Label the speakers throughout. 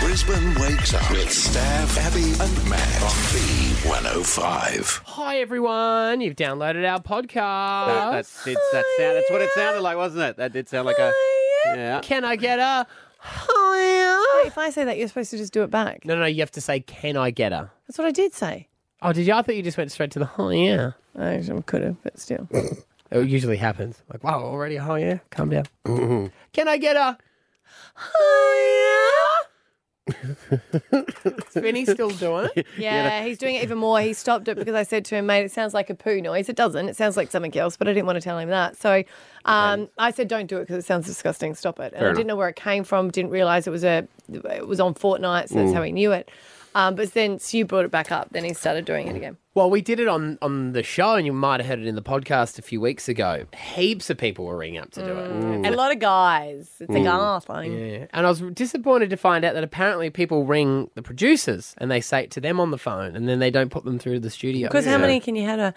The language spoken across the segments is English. Speaker 1: Brisbane wakes up with Staff, Abby, and Matt on B105.
Speaker 2: Hi everyone, you've downloaded our podcast.
Speaker 3: That, that's it's, that sound, that's what it sounded like, wasn't it? That did sound like a
Speaker 4: Oh,
Speaker 3: yeah.
Speaker 2: Can I get a hiya?
Speaker 4: Uh, If I say that, you're supposed to just do it back.
Speaker 2: No, no, no, you have to say, can I get a?
Speaker 4: That's what I did say.
Speaker 2: Oh, did you? I thought you just went straight to the hiya.
Speaker 4: I could have, but still.
Speaker 2: It usually happens. Like, wow, already a hiya? Calm down. Can I get a? Is Vinny still doing it?
Speaker 4: Yeah, he's doing it even more. He stopped it because I said to him, mate, it sounds like a poo noise. It doesn't. It sounds like something else, but I didn't want to tell him that. So um, I said, don't do it because it sounds disgusting. Stop it. And I didn't know where it came from. Didn't realize it was a, it was on Fortnite, so that's how he knew it. Um, but then Sue brought it back up. Then he started doing it again.
Speaker 2: Well, we did it on, on the show, and you might have heard it in the podcast a few weeks ago. Heaps of people were ringing up to do it.
Speaker 3: Mm.
Speaker 4: And Mm. a lot of guys. It's a guy thing.
Speaker 2: Mm. Yeah. And I was disappointed to find out that apparently people ring the producers and they say it to them on the phone and then they don't put them through the studio.
Speaker 4: Because how many can you have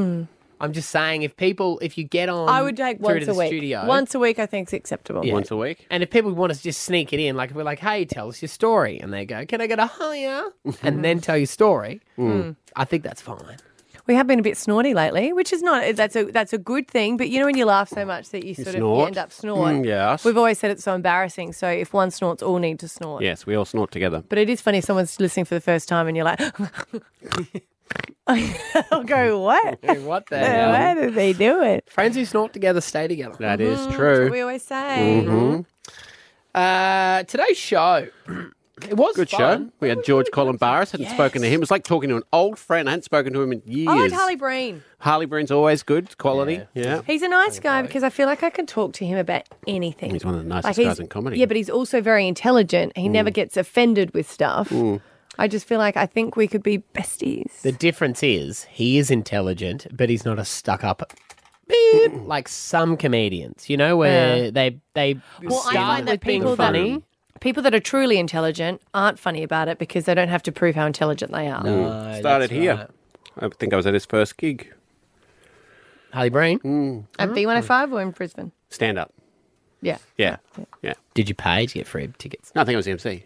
Speaker 4: a?
Speaker 2: I'm just saying if people if you get on
Speaker 4: I would take
Speaker 2: through
Speaker 4: once
Speaker 2: to
Speaker 4: a
Speaker 2: the
Speaker 4: week.
Speaker 2: studio
Speaker 4: Once a week, I think is acceptable.
Speaker 2: Yeah.
Speaker 4: Yeah.
Speaker 3: Once a week.
Speaker 2: and if people want to just sneak it in, like if we're like, hey, tell us your story and they go, Can I get a higher?
Speaker 3: Mm-hmm.
Speaker 2: and then tell your story,
Speaker 3: Hmm.
Speaker 2: I think that's fine.
Speaker 4: We have been a bit snorty lately, which is not that's a that's a good thing. But you know when you laugh so much that you sort of you
Speaker 3: snort?
Speaker 4: end up snorting.
Speaker 3: Mm, yes.
Speaker 4: We've always said it's so embarrassing. So if one snorts, all need to snort.
Speaker 3: Yes, we all snort together.
Speaker 4: But it is funny if someone's listening for the first time and you're like, I'll go what?
Speaker 2: Hey, what the hell?
Speaker 4: Why did they do it? Mm,
Speaker 2: Friends who snort together stay together.
Speaker 3: That is
Speaker 4: Mm-hmm. What
Speaker 3: true. Mm-hmm.
Speaker 4: we always say.
Speaker 2: Mm-hmm. Uh, today's show. It was
Speaker 3: Good
Speaker 2: fun.
Speaker 3: show. We had George Columbaris. Hadn't spoken to him. It was like talking to an old friend. I hadn't spoken to him in years.
Speaker 4: I like Harley Breen.
Speaker 3: Harley Breen's always good quality. Yeah.
Speaker 4: He's a nice guy because I feel like I can talk to him about anything.
Speaker 3: He's one of the nicest
Speaker 4: he's-
Speaker 3: guys in comedy. Mm.
Speaker 4: Yeah, but he's also very intelligent. He never gets offended with stuff. I just feel like I think we could be besties.
Speaker 2: The difference is he is intelligent, but he's not a stuck up beep like some comedians, you know, where they they
Speaker 4: I
Speaker 2: start
Speaker 4: find that
Speaker 2: with being
Speaker 4: people that-
Speaker 2: funny.
Speaker 4: People that are truly intelligent aren't funny about it because they don't have to prove how intelligent they are.
Speaker 2: No,
Speaker 3: Mm. Started
Speaker 2: that's
Speaker 3: here.
Speaker 2: right.
Speaker 3: I think I was at his first gig. Mm.
Speaker 2: Harley Breen, Mm-hmm.
Speaker 4: At B105 or in Brisbane?
Speaker 3: Stand up.
Speaker 4: Yeah.
Speaker 3: Yeah. Yeah.
Speaker 2: did you pay to get free tickets?
Speaker 3: No, I think I was the MC.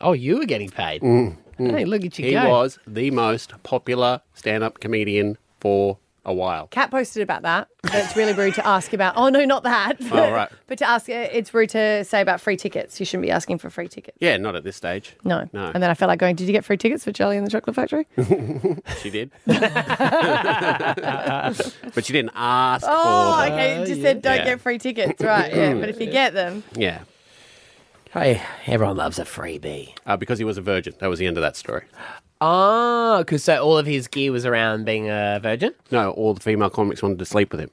Speaker 2: Oh, you were getting paid.
Speaker 3: Hmm.
Speaker 2: Mm.
Speaker 4: Mm.
Speaker 2: Hey, look at you
Speaker 3: He
Speaker 2: go.
Speaker 3: was the most popular stand up comedian for a while.
Speaker 4: Kat posted about that. That's really rude to ask about. Oh, no, not that.
Speaker 3: Oh, right.
Speaker 4: but to ask, uh, it's rude to say about free tickets. You shouldn't be asking for free tickets.
Speaker 3: Yeah, not at this stage.
Speaker 4: No.
Speaker 3: No.
Speaker 4: And then I felt like going, Did you get free tickets for Charlie and the Chocolate Factory?
Speaker 3: She did. but she didn't ask
Speaker 4: Oh,
Speaker 3: for them.
Speaker 4: okay. It just said don't
Speaker 3: Yeah.
Speaker 4: get free tickets, right? Yeah, but if you get them,
Speaker 3: Yeah.
Speaker 2: Hey, everyone loves a freebie.
Speaker 3: Uh, because he was a virgin. That was the end of that story.
Speaker 2: Oh, because so all of his gear was around being a virgin.
Speaker 3: No, all the female comics wanted to sleep with him.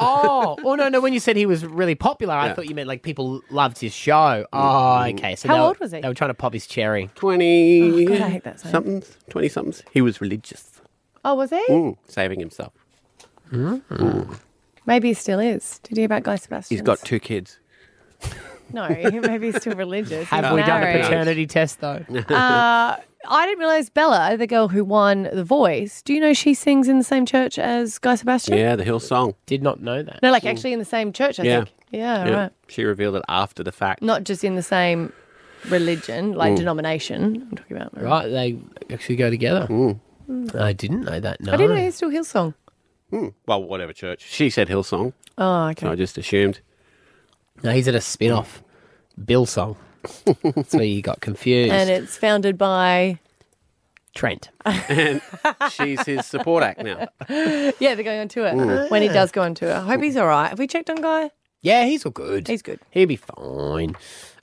Speaker 2: Oh, oh no, no. When you said he was really popular, I
Speaker 3: Yeah. Mm-hmm.
Speaker 2: thought you meant like people loved his show. Oh, okay. So
Speaker 4: How
Speaker 2: they were-
Speaker 4: old was he?
Speaker 2: They were trying to pop his cherry.
Speaker 3: 20
Speaker 4: God, Oh, I hate that saying.
Speaker 3: somethings. 20 somethings. He was religious.
Speaker 4: oh, was he?
Speaker 3: Mm, saving himself.
Speaker 4: Mm.
Speaker 3: Mm,
Speaker 4: Maybe he still is. Did you hear about Guy Sebastian?
Speaker 3: He's got two kids.
Speaker 4: No, maybe he's still religious.
Speaker 2: Have
Speaker 4: He's
Speaker 2: we done a
Speaker 4: married. Uh,
Speaker 2: paternity test though?
Speaker 4: I didn't realize Bella, the girl who won The Voice, do you know she sings in the same church as Guy Sebastian?
Speaker 3: Yeah, the Hill song.
Speaker 2: Did not know that.
Speaker 4: No, like actually in the same church, I
Speaker 3: Yeah.
Speaker 4: think. Yeah,
Speaker 3: Yeah.
Speaker 4: right.
Speaker 3: She revealed it after the fact.
Speaker 4: Not just in the same religion, like denomination. I'm talking about.
Speaker 2: Right, they actually go together.
Speaker 3: Hmm.
Speaker 2: I didn't know that. No,
Speaker 4: I didn't know he's still Hillsong.
Speaker 3: Mm, Well, whatever church. She said Hill song.
Speaker 4: Oh,
Speaker 3: So I
Speaker 4: okay.
Speaker 3: just assumed.
Speaker 2: no, he's at a spin-off, Bill song. That's where you got confused.
Speaker 4: And it's founded by.
Speaker 2: Trent.
Speaker 3: And she's his support act now.
Speaker 4: Yeah, they're going on tour. When he does go on tour. I hope he's all right. Have we checked on Guy?
Speaker 2: Yeah, he's all good.
Speaker 4: He's good.
Speaker 2: He'll be fine.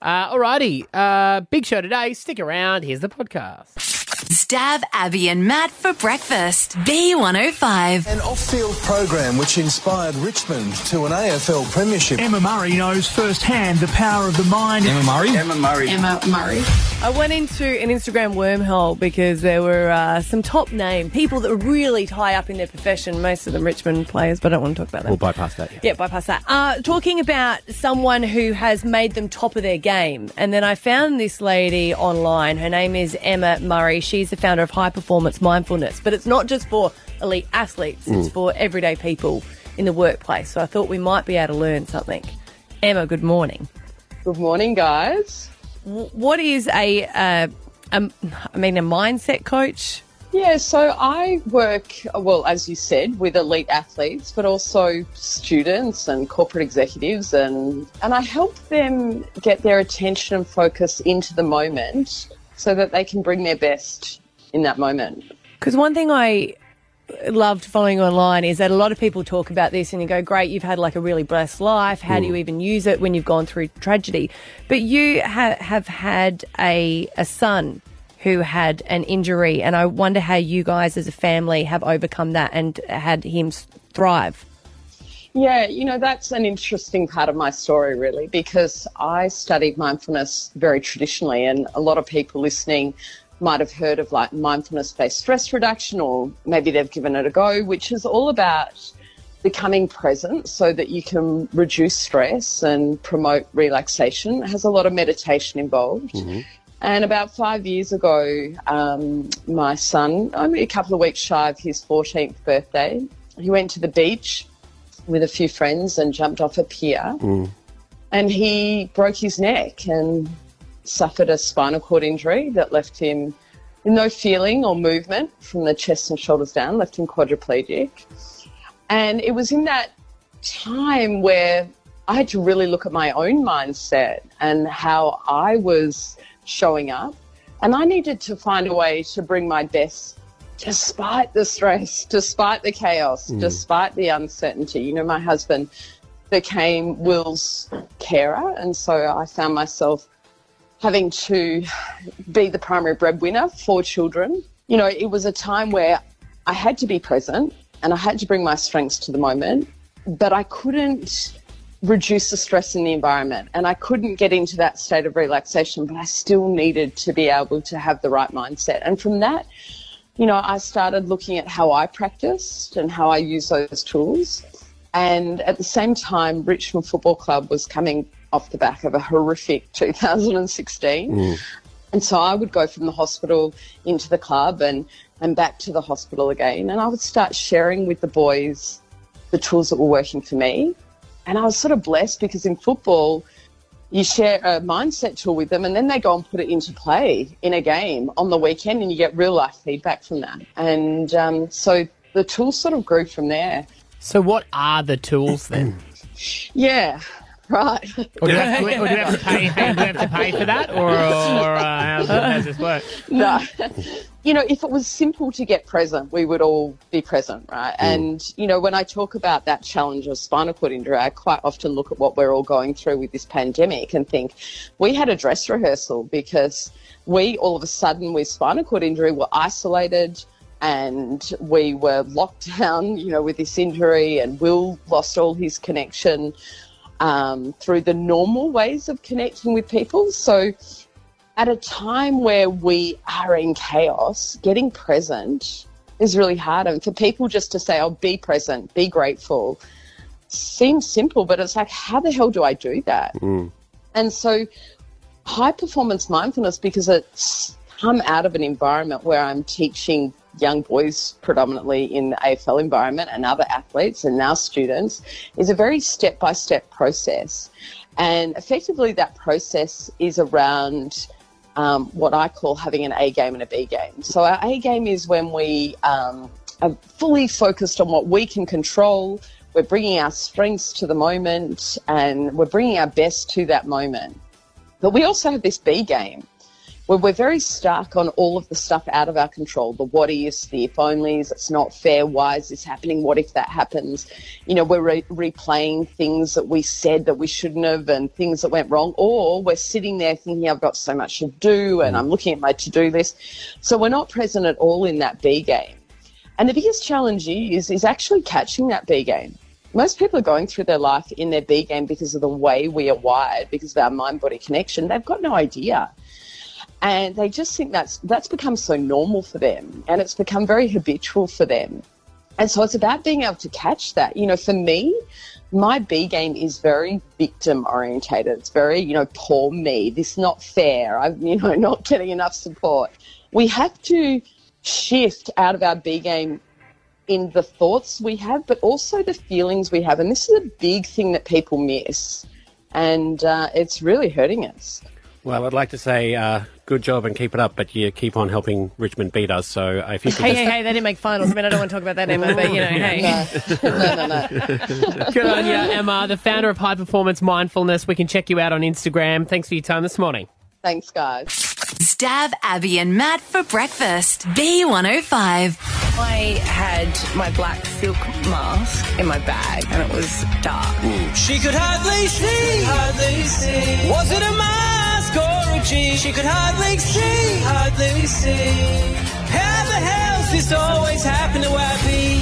Speaker 2: Uh, alrighty, uh, big show today. Stick around. Here's the podcast.
Speaker 5: Stab Abby and Matt for breakfast. B105.
Speaker 6: An off-field program which inspired Richmond to an AFL premiership.
Speaker 7: Emma Murray knows firsthand the power of the mind. Emma Murray? Emma Murray.
Speaker 5: Emma Murray.
Speaker 4: I went into an Instagram wormhole because there were uh, some top name people that were really high up in their profession, most of them Richmond players, but I don't want to talk about that.
Speaker 3: bypass that.
Speaker 4: yeah, bypass that. Uh, talking about someone who has made them top of their game. And then I found this lady online. Her name is Emma Murray. She's the founder of High Performance Mindfulness, but it's not just for elite athletes, it's for everyday people in the workplace. So I thought we might be able to learn something. Emma, good morning.
Speaker 8: Good morning, guys.
Speaker 9: w- what is a, uh, um, I mean, a mindset coach?
Speaker 8: Yeah, so I work, well, as you said, with elite athletes, but also students and corporate executives, and, and I help them get their attention and focus into the moment so that they can bring their best in that moment.
Speaker 9: Because one thing I loved following online is that a lot of people talk about this and you go, great, you've had like a really blessed life. How do you even use it when you've gone through tragedy? But you ha- have had a, a son who had an injury, and I wonder how you guys as a family have overcome that and had him s- thrive.
Speaker 8: Yeah, you know, that's an interesting part of my story, really, because I studied mindfulness very traditionally, and a lot of people listening might have heard of like mindfulness based stress reduction, or maybe they've given it a go, which is all about becoming present so that you can reduce stress and promote relaxation. It has a lot of meditation involved. And about five years ago, um, my son, only a couple of weeks shy of his 14th birthday, he went to the beach with a few friends and jumped off a pier. And he broke his neck and suffered a spinal cord injury that left him with no feeling or movement from the chest and shoulders down, left him quadriplegic. And it was in that time where I had to really look at my own mindset and how I was showing up. And I needed to find a way to bring my best despite the stress, despite the chaos, despite the uncertainty. You know, my husband became Will's carer. And so I found myself having to be the primary breadwinner for children. You know, it was a time where I had to be present and I had to bring my strengths to the moment, but I couldn't reduce the stress in the environment and I couldn't get into that state of relaxation, but I still needed to be able to have the right mindset. And from that, you know, I started looking at how I practiced and how I use those tools. And at the same time, Richmond Football Club was coming off the back of a horrific 2016. And so I would go from the hospital into the club and, and back to the hospital again. And I would start sharing with the boys the tools that were working for me. And I was sort of blessed because in football, you share a mindset tool with them and then they go and put it into play in a game on the weekend and you get real life feedback from that. And um, so the tool sort of grew from there.
Speaker 2: So, what are the tools then?
Speaker 8: Yeah, right.
Speaker 2: Or do, we have, to- or do we have to pay? Do we have to pay for that, or, or uh, how's, how's this work?
Speaker 8: no. you know, if it was simple to get present, we would all be present, right? And, you know, when I talk about that challenge of spinal cord injury, I quite often look at what we're all going through with this pandemic and think we had a dress rehearsal because we all of a sudden with spinal cord injury were isolated and we were locked down, you know, with this injury and Will lost all his connection um, through the normal ways of connecting with people. So, at a time where we are in chaos, getting present is really hard. And for people just to say, oh, be present, be grateful, seems simple, but it's like, how the hell do I do that? And so, high performance mindfulness, because it's come out of an environment where I'm teaching young boys predominantly in the AFL environment and other athletes and now students, is a very step by step process. And effectively, that process is around um, what I call having an A game and a B game. So, our A game is when we um, are fully focused on what we can control. We're bringing our strengths to the moment and we're bringing our best to that moment. But we also have this B game where we're very stuck on all of the stuff out of our control the what ifs, the if onlys, it's not fair, why is this happening, what if that happens. You know, we're re- replaying things that we said that we shouldn't have and things that went wrong, or we're sitting there thinking, I've got so much to do and I'm looking at my to do list. So we're not present at all in that B game. And the biggest challenge is, is actually catching that B game. Most people are going through their life in their B game because of the way we are wired, because of our mind body connection. They've got no idea and they just think that's that's become so normal for them and it's become very habitual for them and so it's about being able to catch that you know for me my b game is very victim orientated it's very you know poor me this not fair i'm you know not getting enough support we have to shift out of our b game in the thoughts we have but also the feelings we have and this is a big thing that people miss and uh, it's really hurting us
Speaker 3: Well, I'd like to say uh, good job and keep it up, but you keep on helping Richmond beat us. So uh, if you could
Speaker 4: Hey,
Speaker 3: just
Speaker 4: hey, hey, they didn't make finals. I mean, I don't want to talk about that, Emma, but you know, hey.
Speaker 8: no, no, no.
Speaker 2: Good on you, Emma, the founder of High Performance Mindfulness. We can check you out on Instagram. Thanks for your time this morning.
Speaker 8: Thanks, guys.
Speaker 5: Stab Abby and Matt for breakfast. B105.
Speaker 10: I had my black silk mask in my bag and it was dark.
Speaker 6: She could hardly see, hardly see. Was it a mask or a G? She could hardly see, hardly see. How the hell's this always happen to Abby?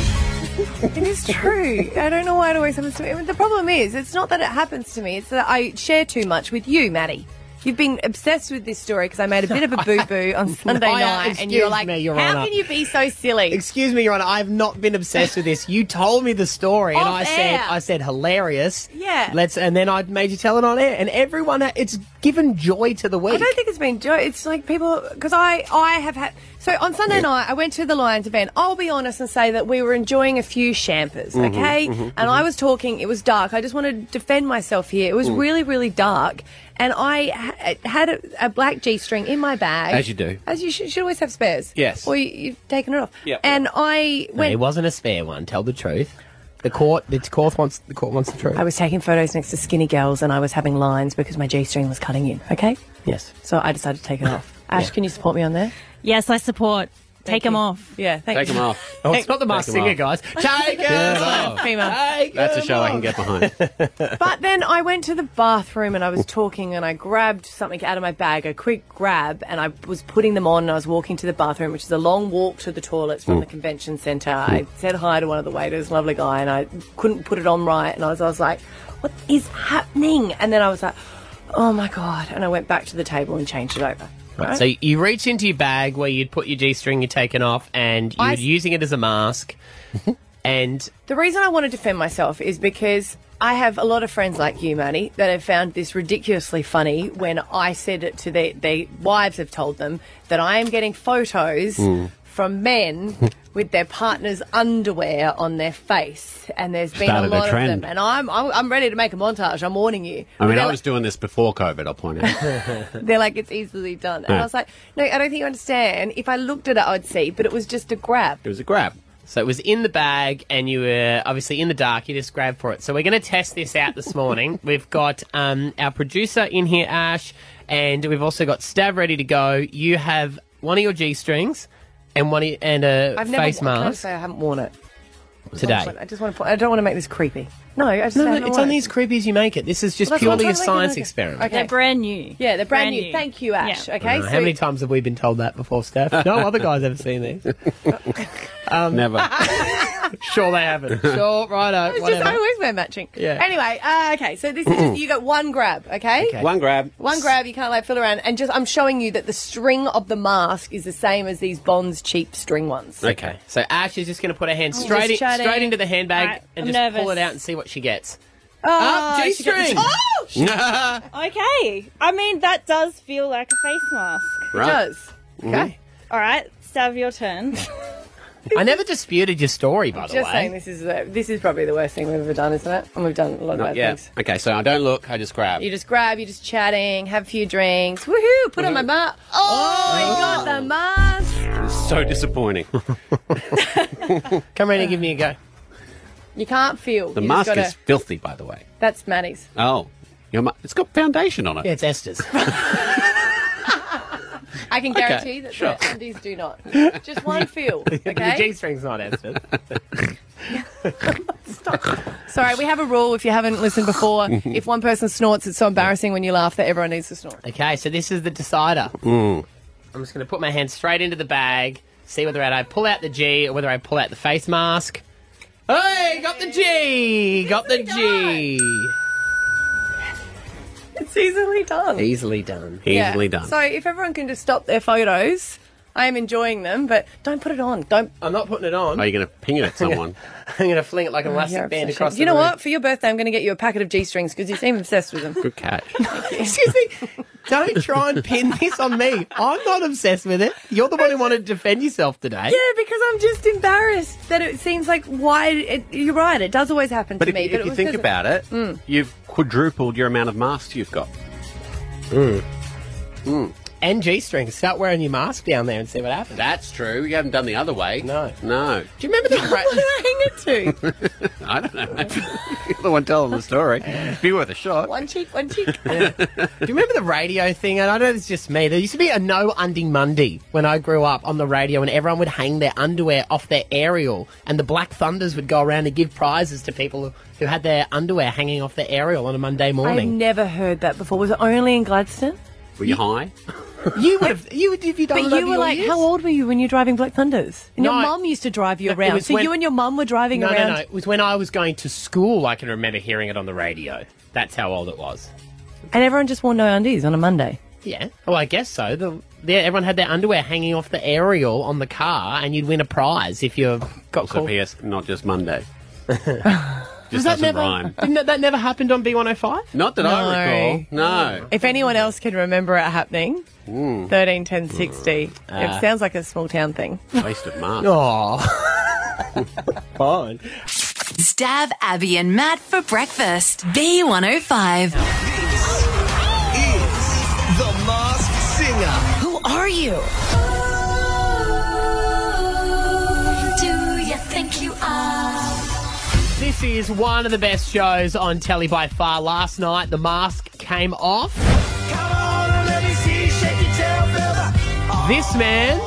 Speaker 4: It is true. I don't know why it always happens to me. I mean, the problem is, it's not that it happens to me, it's that I share too much with you, Maddie. You've been obsessed with this story because I made a bit of a boo boo on Sunday
Speaker 2: I-
Speaker 4: night, and you're
Speaker 2: excuse
Speaker 4: like,
Speaker 2: me, Your
Speaker 4: "How
Speaker 2: Honour."
Speaker 4: can you be so silly?"
Speaker 2: Excuse me, Your Honor. I've not been obsessed with this. You told me the story, and
Speaker 4: Off
Speaker 2: I said,
Speaker 4: air.
Speaker 2: I said hilarious.
Speaker 4: Yeah.
Speaker 2: Let's, and then I made you tell it on air, and everyone, it's given joy to the week.
Speaker 4: I don't think it's been joy. It's like people because I I have had so on Sunday night I went to the Lions event. I'll be honest and say that we were enjoying a few champers,
Speaker 3: Mm-hmm,
Speaker 4: okay? and I was talking. It was dark. I just want to defend myself here. It was
Speaker 3: Mm.
Speaker 4: really really dark, and I ha- had a, a black g string in my bag.
Speaker 3: As you do.
Speaker 4: As you should, should always have spares.
Speaker 3: Yes.
Speaker 4: Or you, you've taken it off.
Speaker 3: Yep.
Speaker 4: And I
Speaker 2: No,
Speaker 4: went.
Speaker 2: it wasn't a spare one. Tell the truth. The court, the court wants, the court wants the truth.
Speaker 4: I was taking photos next to skinny girls, and I was having lines because my g string was cutting in. Okay.
Speaker 2: yes.
Speaker 4: So I decided to take it off. Ash, can you support me on there?
Speaker 11: Yes, I support. Take them off.
Speaker 4: Yeah, thank
Speaker 3: take
Speaker 4: you.
Speaker 3: them off.
Speaker 2: Oh, it's not the mask
Speaker 3: Take 'em
Speaker 2: singer,
Speaker 3: off.
Speaker 2: guys. Take it off.
Speaker 4: Female.
Speaker 2: Take
Speaker 3: That's a
Speaker 2: 'em
Speaker 3: show I
Speaker 2: off.
Speaker 3: can get behind.
Speaker 4: But then I went to the bathroom and I was talking and I grabbed something out of my bag, a quick grab, and I was putting them on and I was walking to the bathroom, which is a long walk to the toilets from the convention centre. I said hi to one of the waiters, lovely guy, and I couldn't put it on right. And I was, I was like, what is happening? And then I was like, oh my God. And I went back to the table and changed it over.
Speaker 2: Right, so you reach into your bag where you'd put your g-string you'd taken off, and you
Speaker 4: I
Speaker 2: were
Speaker 4: s-
Speaker 2: using it as a mask. and
Speaker 4: The reason I want to defend myself is because I have a lot of friends like you, Manny, that have found this ridiculously funny when I said it to their, their wives, have told them that I am getting photos from men with their partner's underwear on on their face, and there's been
Speaker 3: Started
Speaker 4: a
Speaker 3: a
Speaker 4: lot of
Speaker 3: trend.
Speaker 4: them. And I'm, I'm I'm ready to make a montage. I'm warning you.
Speaker 3: I mean,
Speaker 4: They're
Speaker 3: I
Speaker 4: like-
Speaker 3: was doing this before COVID, I'll point out.
Speaker 4: they're like, it's easily done. And I
Speaker 3: Yeah.
Speaker 4: was like, no, I don't think you understand. If I looked at it, I'd see, but it was just a grab.
Speaker 3: It was a grab.
Speaker 2: So it was in the bag, and you were obviously in the dark. You just grabbed for it. So we're going to test this out this morning. we've got um, our producer in here, Ash, and we've also got Stav ready to go. You have one of your G strings and one of, and a
Speaker 4: I've never
Speaker 2: face
Speaker 4: I can't
Speaker 2: mask
Speaker 4: say I haven't worn it.
Speaker 2: today.
Speaker 4: I just want to. I don't want to make this creepy. No, I just
Speaker 2: No, no,
Speaker 4: haven't
Speaker 2: it's
Speaker 4: worn it.
Speaker 2: only as creepy as you make it. This is just
Speaker 4: Well, that's what I'm
Speaker 2: purely a
Speaker 4: trying to make it
Speaker 2: science
Speaker 4: look.
Speaker 2: experiment.
Speaker 4: Okay.
Speaker 11: They're brand new.
Speaker 4: Yeah, they're brand, new. Thank you, Ash.
Speaker 11: Yeah.
Speaker 4: Okay,
Speaker 2: Uh, how many times have we been told that before, Steph? No other guys ever seen these. Um,
Speaker 3: Never.
Speaker 2: Sure, they haven't. Sure, righto.
Speaker 4: it's just
Speaker 2: whatever.
Speaker 4: I always wear matching.
Speaker 2: Yeah.
Speaker 4: Anyway, uh, okay. So this is just, you got one grab. Okay.
Speaker 2: Okay.
Speaker 3: One grab.
Speaker 4: One grab. You can't like fill around. And just I'm showing you that the string of the mask is the same as these Bonds cheap string ones.
Speaker 2: Okay, so Ash is just going to put her hand straight in,
Speaker 4: Just shut
Speaker 2: straight
Speaker 4: it.
Speaker 2: into the handbag
Speaker 11: Alright,
Speaker 2: and
Speaker 11: I'm
Speaker 2: just pull
Speaker 11: nervous.
Speaker 2: it out and see what she gets.
Speaker 4: Oh,
Speaker 2: Up,
Speaker 4: she got
Speaker 2: G-string.
Speaker 4: this- Oh, she
Speaker 11: Okay. I mean, that does feel like a face mask.
Speaker 3: Right. Mm-hmm.
Speaker 4: does. Okay.
Speaker 11: All right, Stav, your turn.
Speaker 2: I never disputed your story, by the
Speaker 4: Just
Speaker 2: way.
Speaker 4: saying, this is uh, this is probably the worst thing we've ever done, isn't it? And we've done a lot of bad
Speaker 3: Yeah.
Speaker 4: things.
Speaker 3: Okay, so I don't look, I just grab.
Speaker 4: You just grab, you're just chatting, have a few drinks. Woohoo! Put on my mask. Oh,
Speaker 2: Oh.
Speaker 4: I got the mask.
Speaker 3: So disappointing.
Speaker 2: Come around and give me a go.
Speaker 4: You can't feel.
Speaker 3: The
Speaker 4: you just
Speaker 3: mask
Speaker 4: gotta,
Speaker 3: is filthy, by the way.
Speaker 4: That's Maddie's.
Speaker 3: Oh. Your ma- it's got foundation on it.
Speaker 2: Yeah, it's Esther's.
Speaker 4: I can guarantee that
Speaker 3: sure.
Speaker 4: the undies do not. Just one feel.
Speaker 2: Your
Speaker 4: Okay.
Speaker 2: G-string's not Esther's.
Speaker 4: Sorry, we have a rule. If you haven't listened before, if one person snorts, it's so embarrassing when you laugh that everyone needs to snort.
Speaker 2: okay, so this is the decider.
Speaker 3: Mm.
Speaker 2: I'm just going to put my hand straight into the bag, see whether I pull out the G or whether I pull out the face mask. Hey, got the G! Got the G!
Speaker 4: It's easily done.
Speaker 2: E- Easily done.
Speaker 3: Easily done.
Speaker 4: So if everyone can just stop their photos, I am enjoying them, but don't put it on. Don't.
Speaker 2: I'm not putting it on.
Speaker 3: Are you going to ping it at someone?
Speaker 2: I'm going to fling it like an elastic
Speaker 4: Oh, You're
Speaker 2: band
Speaker 4: obsession.
Speaker 2: across the
Speaker 4: you know
Speaker 2: room.
Speaker 4: what? For your birthday, I'm going to get you a packet of G strings because you seem obsessed with them.
Speaker 3: Good catch.
Speaker 2: Excuse me. Don't try and pin this on me. I'm not obsessed with it. You're the one who wanted to defend yourself today.
Speaker 4: Yeah, because I'm just embarrassed that it seems like why. It, you're right. It does always happen
Speaker 3: But
Speaker 4: to
Speaker 3: if,
Speaker 4: me.
Speaker 3: if
Speaker 4: but it
Speaker 3: you
Speaker 4: was Mm.
Speaker 3: think
Speaker 4: 'cause of-
Speaker 2: Mm.
Speaker 3: about it, you've quadrupled your amount of masks you've got. Mm.
Speaker 2: And G string. Start wearing your mask down there and see what happens.
Speaker 3: That's true. You haven't done the other way. No. No.
Speaker 2: Do you remember the hang it to?
Speaker 3: I don't know. mate. You're the one telling the story. Be worth a shot.
Speaker 2: One cheek, one cheek. Do you remember the radio thing? And I know it's just me. There used to be a no unding Monday when I grew up on the radio, and everyone would hang their underwear off their aerial, and the Black Thunders would go around and give prizes to people who had their underwear hanging off their aerial on a Monday
Speaker 4: I've
Speaker 2: morning.
Speaker 4: never heard that before. Was it only in Gladstone?
Speaker 3: Were you high?
Speaker 2: you would have. You would have you done
Speaker 4: But
Speaker 2: it
Speaker 4: you
Speaker 2: over
Speaker 4: were
Speaker 2: your
Speaker 4: like,
Speaker 2: years?
Speaker 4: how old were you when you were driving Black Thunders? And
Speaker 2: No,
Speaker 4: your
Speaker 2: I-
Speaker 4: mum used to drive you
Speaker 2: No, it
Speaker 4: around.
Speaker 2: was
Speaker 4: So
Speaker 2: when-
Speaker 4: you and your mum were driving
Speaker 2: no,
Speaker 4: around.
Speaker 2: No, no, It was when I was going to school. I can remember hearing it on the radio. That's how old it was.
Speaker 4: And everyone just wore no undies on a Monday.
Speaker 2: Yeah. Well, Oh, I guess so. The, the, everyone had their underwear hanging off the aerial on the car, and you'd win a prize if you got
Speaker 3: Also,
Speaker 2: caught.
Speaker 3: PS, not just Monday. just
Speaker 2: Was
Speaker 3: doesn't
Speaker 2: never?
Speaker 3: rhyme.
Speaker 2: Didn't that, that never happened on B105?
Speaker 3: Not that I
Speaker 4: No.
Speaker 3: recall. No.
Speaker 4: If anyone else can remember it happening,
Speaker 2: Hmm.
Speaker 3: Mm.
Speaker 4: 13, 10, 60.
Speaker 3: Ah.
Speaker 4: it sounds like a small town thing.
Speaker 3: Waste of mask.
Speaker 2: Oh. Fine.
Speaker 5: Stab Abby and Matt for breakfast. B105.
Speaker 6: The Masked Singer.
Speaker 5: Who are you? Do you think you are?
Speaker 2: This is one of the best shows on telly by far. Last night, the mask came off. This man.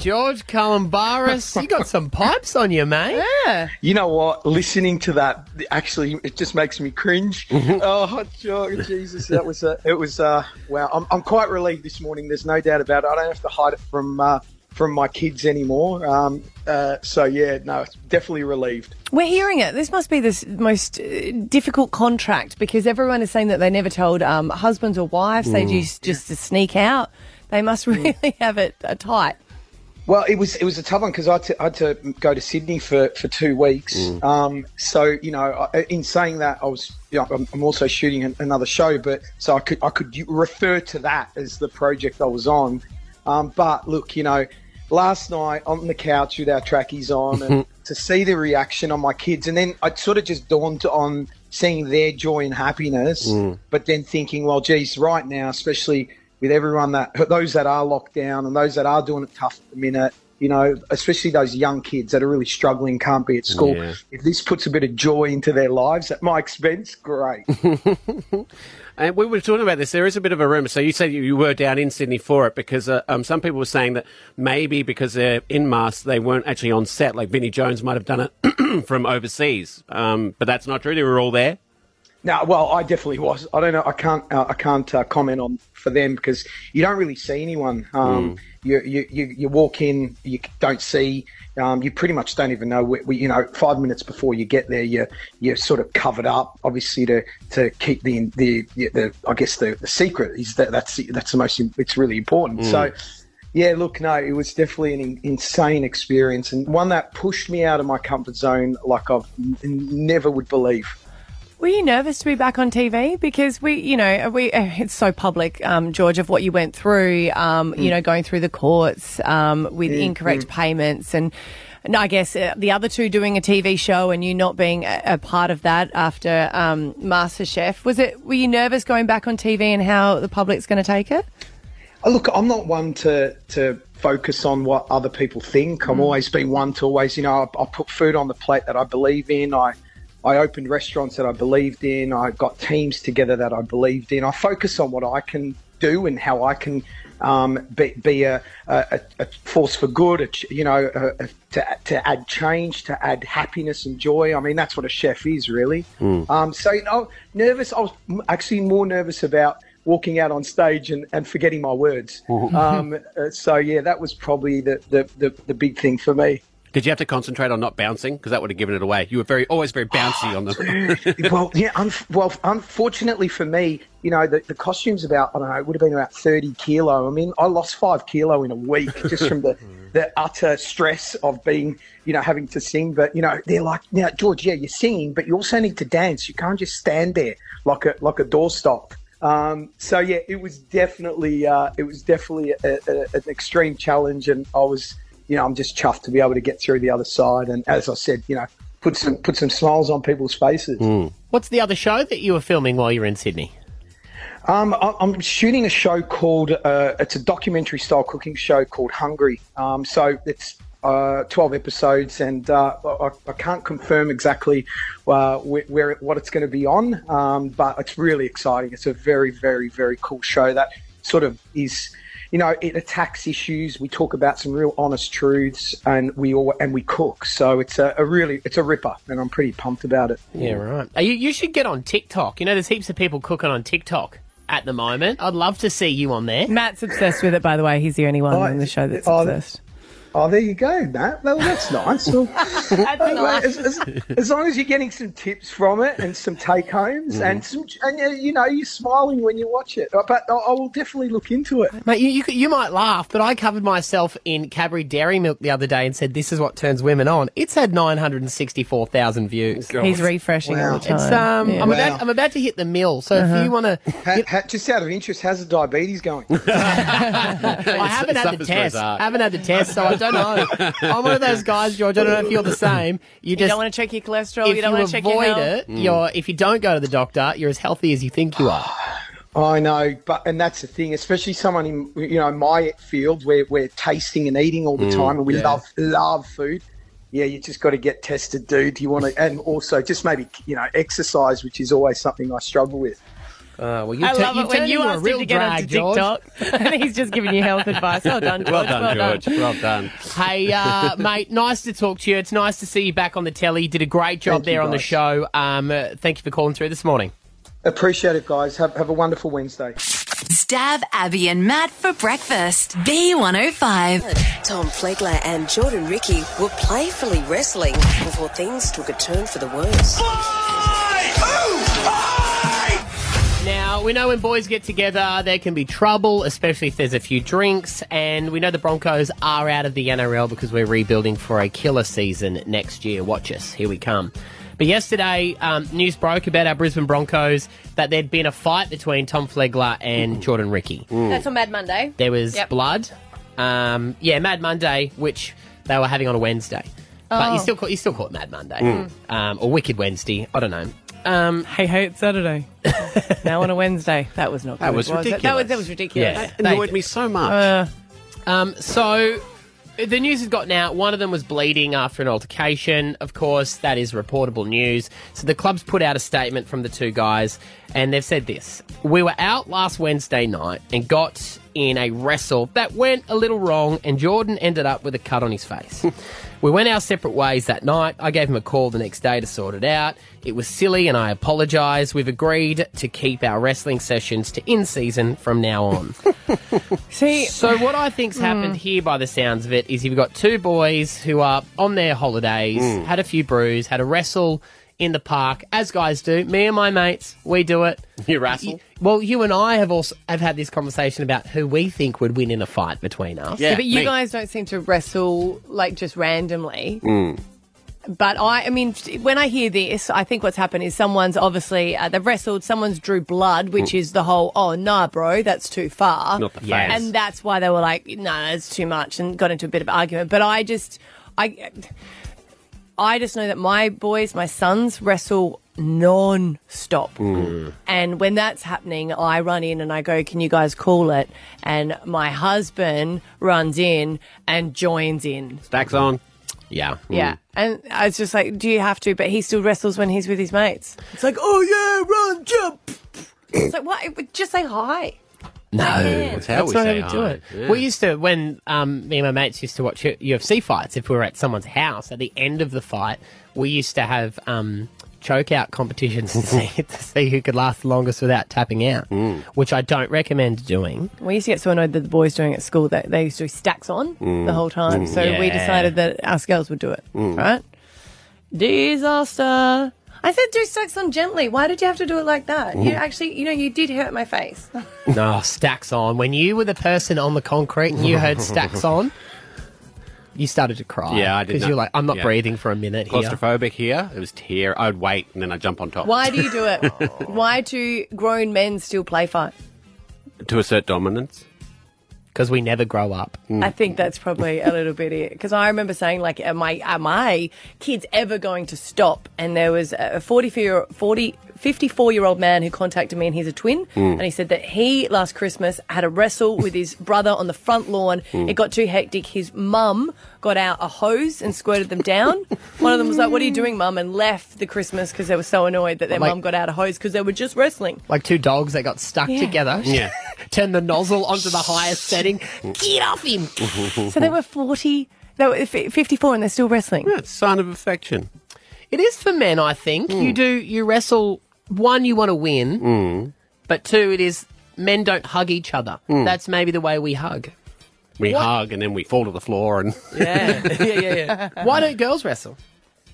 Speaker 2: George Columbaris, you got some pipes on you, mate.
Speaker 4: Yeah.
Speaker 12: You know what? Listening to that th- actually, it just makes me cringe. oh, George, Jesus, that was a, it was uh, wow. I'm, I'm quite relieved this morning. There's no doubt about it. I don't have to hide it from uh, from my kids anymore. Um, uh, so yeah, no, it's definitely relieved.
Speaker 4: We're hearing it. This must be the s- most uh, difficult contract because everyone is saying that they never told um, husbands or wives. They
Speaker 12: Mm.
Speaker 4: used just to sneak out. They must really have it uh, tight.
Speaker 12: Well, it was it was a tough one because I, had to- I had to go to Sydney for, for two weeks.
Speaker 13: Mm.
Speaker 12: Um, so you know, I, in saying that, I was you know, I'm, I'm also shooting an, another show, but so I could I could u- refer to that as the project I was on. Um, but look, you know, last night on the couch with our trackies on, and to see the reaction on my kids, and then it sort of just dawned on seeing their joy and happiness
Speaker 14: Mm.
Speaker 12: but then thinking, well, geez, right now, especially with everyone that those that are locked down and those that are doing it tough at the minute, you know, especially those young kids that are really struggling, can't be at school.
Speaker 3: Yeah.
Speaker 12: If this puts a bit of joy into their lives at my expense, great.
Speaker 3: And we were talking about this. There is a bit of a rumor. So you said you- you were down in Sydney for it because uh, um, some people were saying that maybe because they're in masks, they weren't actually on set. Like Vinnie Jones might have done it from overseas. Um, but that's not true. They were all there.
Speaker 12: No, well, I definitely was. I don't know. I can't. Uh, I can't uh, comment on for them because you don't really see anyone. Um,
Speaker 3: Mm.
Speaker 12: you, you you you walk in, you don't see. Um, you pretty much don't even know. Where, where- you know, five minutes before you get there, you you're sort of covered up, obviously to to keep the the, the I guess the, the secret is that that's the, that's the most. im- It's really important.
Speaker 3: Mm.
Speaker 12: So. Yeah, look, no, it was definitely an in- insane experience and one that pushed me out of my comfort zone like I've n- never would believe.
Speaker 4: Were you nervous to be back on TV? Because we, you know, we uh, it's so public, um, George, of what you went through. Um, You
Speaker 15: Mm.
Speaker 4: know, going through the courts um, with
Speaker 15: Mm,
Speaker 4: incorrect
Speaker 15: mm.
Speaker 4: payments, and, and I guess uh, the other two doing a TV show and you not being a, a part of that after um, MasterChef. Was it? Were you nervous going back on TV and how the public's going to take it?
Speaker 12: Oh, Look, I'm not one to to focus on what other people think. I've
Speaker 4: Mm.
Speaker 12: always been one to always, you know, I, I put food on the plate that I believe in. I I opened restaurants that I believed in. I got teams together that I believed in. I focus on what I can do and how I can um, be, be a, a, a force for good. A, ch- you know, a, a, to to add change, to add happiness and joy. I mean, that's what a chef is, really.
Speaker 6: Mm.
Speaker 12: Um, so, you know, nervous. I was m- actually more nervous about walking out on stage and, and forgetting my words. um, uh, so, yeah, that was probably the, the, the, the big thing for me.
Speaker 3: Did you have to concentrate on not bouncing? Because that would have given it away. You were very always very bouncy on them.
Speaker 12: well, yeah, un- well, unfortunately for me, you know, the, the costume's about, I don't know, it would have been about 30 kilo. I mean, I lost five kilo in a week just from the, the utter stress of being, you know, having to sing. But, you know, they're like, now, George, yeah, you're singing, but you also need to dance. You can't just stand there like a, like a doorstop. Um, so yeah, it was definitely, uh, it was definitely a, a, an extreme challenge and I was, you know, I'm just chuffed to be able to get through the other side. And as I said, you know, put some put some smiles on people's faces.
Speaker 2: What's the other show that you were filming while you were in Sydney?
Speaker 12: Um, I, I'm shooting a show called uh, it's a documentary style cooking show called Hungry. Um, so it's uh, 12 episodes, and uh, I, I can't confirm exactly uh, where, where it, what it's going to be on, um, but it's really exciting. It's a very, very, very cool show that sort of is. You know, it attacks issues. We talk about some real honest truths, and we all and we cook. So it's a, a really it's a ripper, and I'm pretty pumped about it.
Speaker 2: Yeah, right. Uh, You, you should get on TikTok. You know, there's heaps of people cooking on TikTok at the moment. I'd love to see you on there.
Speaker 4: Matt's obsessed with it, by the way. He's the only one on the show that's
Speaker 12: oh,
Speaker 4: obsessed.
Speaker 12: Oh, there you go, Matt. Well, that's nice. Well,
Speaker 4: nice.
Speaker 12: As, as- as long as you're getting some tips from it and some take homes
Speaker 2: Mm.
Speaker 12: and some, and uh, you know, you're smiling when you watch it. Uh, But I, I will definitely look into it.
Speaker 2: Mate, you, you, you might laugh, but I covered myself in Cadbury Dairy Milk the other day and said this is what turns women on. It's had 964,000 views.
Speaker 4: He's refreshing all the time.
Speaker 2: It's, um,
Speaker 4: Yeah.
Speaker 2: I'm, about, I'm about to hit the mill, so if you want to...
Speaker 12: Uh-huh. just out of interest, how's the diabetes going?
Speaker 2: I haven't had the
Speaker 12: suffers for his
Speaker 2: test.
Speaker 12: art.
Speaker 2: I haven't had the test, so I don't know. I'm one of those guys, George. I don't know if you're the same. You,
Speaker 4: You
Speaker 2: just
Speaker 4: don't want to check your cholesterol.
Speaker 2: If
Speaker 4: Oh, You don't want to check your
Speaker 2: avoid
Speaker 4: health. Mm.
Speaker 2: it, you're if you don't go to the doctor, you're as healthy as you think you are.
Speaker 12: I know, but and that's the thing, especially someone in you know my field where we're tasting and eating all the
Speaker 16: Mm,
Speaker 12: time, and we
Speaker 16: yeah.
Speaker 12: love love food. Yeah, you just got to get tested, dude. You want to, and also just maybe you know exercise, which is always something I struggle with.
Speaker 2: Uh, well,
Speaker 4: I love it when you asked him to get onto TikTok, and he's just giving you health advice. Well done, George.
Speaker 3: Well done.
Speaker 2: Hey, uh, mate, nice to talk to you. It's nice to see you back on the telly. You did a great job
Speaker 12: Thank you,
Speaker 2: there on the
Speaker 12: guys.
Speaker 2: show. Um, uh, thank you for calling through this morning.
Speaker 12: Appreciate it, guys. Have have a wonderful Wednesday.
Speaker 5: Stab Abby and Matt for breakfast. B105.
Speaker 17: Tom Flegler and Jordan Ricky were playfully wrestling before things took a turn for the worse.
Speaker 2: Now, we know when boys get together, there can be trouble, especially if there's a few drinks. And we know the Broncos are out of the NRL because we're rebuilding for a killer season next year. Watch us. Here we come. But yesterday, um, news broke about our Brisbane Broncos that there'd been a fight between Tom Flegler and Jordan Ricky.
Speaker 9: That's on Mad Monday.
Speaker 2: There was
Speaker 9: Yep.
Speaker 2: blood. Um, yeah, Mad Monday, which they were having on a Wednesday. But
Speaker 4: Oh.
Speaker 2: you still call, you still call it Mad Monday
Speaker 4: Mm.
Speaker 2: um, or Wicked Wednesday. I don't know.
Speaker 4: Um, hey, hey, it's Saturday. now on a Wednesday. That was not good.
Speaker 2: That was
Speaker 4: it? That was,
Speaker 2: ridiculous.
Speaker 4: that was ridiculous. Uh,
Speaker 2: Yeah. That annoyed me
Speaker 3: so much.
Speaker 2: Um, so the news has gotten out. One of them was bleeding after an altercation. Of course, that is reportable news. So the club's put out a statement from the two guys, and they've said this: We were out last Wednesday night and got in a wrestle that went a little wrong, and Jordan ended up with a cut on his face. We went our separate ways that night. I gave him a call the next day to sort it out. It was silly and I apologise. We've agreed to keep our wrestling sessions to in season from now on.
Speaker 4: See, Hmm.
Speaker 2: so what I think's happened here, by the sounds of it, is you've got two boys who are on their holidays,
Speaker 4: Mm.
Speaker 2: had a few brews, had a wrestle in the park, as guys do. Me and my mates, we do it. You wrestle. well, you and I have also have had this conversation about who we think would win in a fight between us.
Speaker 4: Yeah, but you guys don't seem to wrestle like just randomly.
Speaker 2: Hmm.
Speaker 4: But I, I mean, when I hear this, I think what's happened is someone's obviously uh, they've wrestled, someone's drew blood, which
Speaker 2: Mm.
Speaker 4: is the whole oh nah, bro, that's too far,
Speaker 2: Not the Yes. fans.
Speaker 4: and that's why they were like, no, nah, it's too much, and got into a bit of argument. But I just, I, I just know that my boys, my sons, wrestle non-stop. And when that's happening, I run in and I go, Can you guys call it? And my husband runs in and joins in.
Speaker 3: Stacks on.
Speaker 2: Yeah.
Speaker 4: Yeah. And I was just like, Do you have to? But he still wrestles when he's with his mates. It's like, Oh, yeah, run, jump. it's like, What? It would Just say hi.
Speaker 2: No,
Speaker 3: That's how we
Speaker 2: not
Speaker 3: say
Speaker 2: how we do
Speaker 3: hi.
Speaker 2: it.
Speaker 3: Yeah.
Speaker 2: We used to when um, me and my mates used to watch U- UFC fights. If we were at someone's house, at the end of the fight, we used to have um, choke out competitions to see, to see who could last the longest without tapping out,
Speaker 3: Mm.
Speaker 2: which I don't recommend doing.
Speaker 4: We used to get so annoyed that the boys doing it at school that they used to do stacks on
Speaker 2: Mm.
Speaker 4: the whole time.
Speaker 2: Mm.
Speaker 4: So we
Speaker 2: Yeah.
Speaker 4: decided that us girls would do it.
Speaker 3: Mm.
Speaker 4: Right? Disaster. I said do stacks on gently. Why did you have to do it like that? You
Speaker 2: Mm.
Speaker 4: actually, you know, you did hurt my face.
Speaker 2: No, stacks on. When you were the person on the concrete and you heard stacks on, you started to cry.
Speaker 3: Yeah, I did.
Speaker 2: because
Speaker 3: not-
Speaker 2: Oh, you're like, I'm not
Speaker 3: yeah.
Speaker 2: breathing for a minute here.
Speaker 3: Claustrophobic here. It was tear. I'd wait and then I'd jump on top.
Speaker 4: Why do you do it? Why do grown men still play fight?
Speaker 3: to assert dominance. Mm.
Speaker 2: because we never grow up.
Speaker 4: I think that's probably a little bit it. Because I remember saying, like, am I, are my kids ever going to stop? And there was a 44, 40, 54 year old man who contacted me, and he's a twin.
Speaker 2: Hmm.
Speaker 6: Mm.
Speaker 4: And he said that he, last Christmas, had a wrestle with his brother on the front lawn.
Speaker 6: Mm.
Speaker 2: Hmm.
Speaker 4: It got too hectic. His mum got out a hose and squirted them down. One of them was like, what are you doing, mum? And left the Christmas because they were so annoyed that their
Speaker 2: Like-
Speaker 4: mum got out a hose because they were just wrestling.
Speaker 2: Like two dogs that got stuck
Speaker 4: Yeah.
Speaker 2: together.
Speaker 4: Yeah.
Speaker 2: Turn the nozzle onto the highest setting.
Speaker 3: Mm.
Speaker 2: Get off him.
Speaker 4: So they were 40, they were fi- 54 and they're still wrestling.
Speaker 3: Yeah, it's a sign of affection.
Speaker 2: It is for men, I think. You do you wrestle one, you want to win,
Speaker 3: Mm.
Speaker 2: but two, it is men don't hug each other.
Speaker 3: Mm.
Speaker 2: That's maybe the way we hug.
Speaker 3: We
Speaker 2: What-
Speaker 3: hug and then we fall to the floor and
Speaker 2: Yeah. yeah, yeah, yeah. Why don't girls wrestle?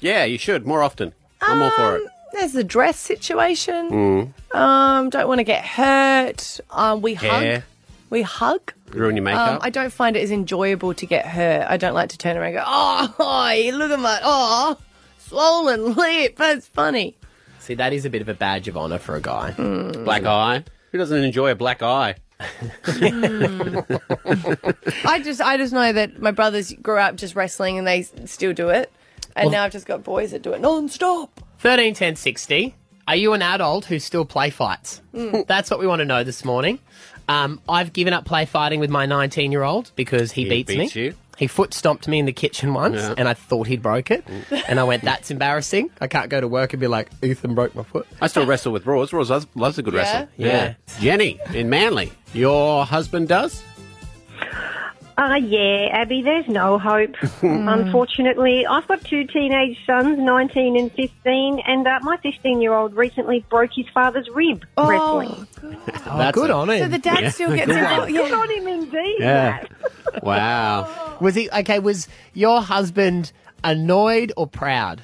Speaker 3: yeah, you should more often. I'm all for it.
Speaker 4: There's the dress situation.
Speaker 2: Hmm.
Speaker 3: Mm.
Speaker 4: Um, don't want to get hurt. Um, we
Speaker 3: Hair.
Speaker 4: hug. We hug.
Speaker 3: Ruin your
Speaker 4: Um,
Speaker 3: makeup.
Speaker 4: I don't find it as enjoyable to get hurt. I don't like to turn around and go, oh, hi, look at my, oh, swollen lip. That's funny.
Speaker 2: See, that is a bit of a badge of honor for a guy.
Speaker 3: black eye. Who doesn't enjoy a black eye?
Speaker 4: I just, I just know that my brothers grew up just wrestling and they s- still do it. And now I've just got boys that do it non-stop.
Speaker 2: 13, 10, 60. Are you an adult who still play fights? That's what we want to know this morning. Um, I've given up play fighting with my 19 year old because he,
Speaker 3: He
Speaker 2: beats,
Speaker 3: beats
Speaker 2: me.
Speaker 3: you?
Speaker 2: He foot stomped me in the kitchen once
Speaker 3: Yeah.
Speaker 2: and I thought he'd broke it.
Speaker 3: Mm.
Speaker 2: and I went, that's embarrassing. I can't go to work and be like, Ethan broke my foot.
Speaker 3: I still wrestle with Raws. Raws loves, loves a good
Speaker 2: Yeah?
Speaker 3: wrestle.
Speaker 2: Yeah.
Speaker 3: Jenny in Manly. Your husband does?
Speaker 16: Ah, yeah, Abby, there's no hope. Unfortunately, I've got two teenage sons, 19 and 15, and uh, my 15 year old recently broke his father's rib wrestling.
Speaker 2: Oh, good on him.
Speaker 3: Yeah. Good one.
Speaker 16: Good on him, indeed.
Speaker 3: Yeah. wow.
Speaker 2: Was he, okay, was your husband annoyed or proud?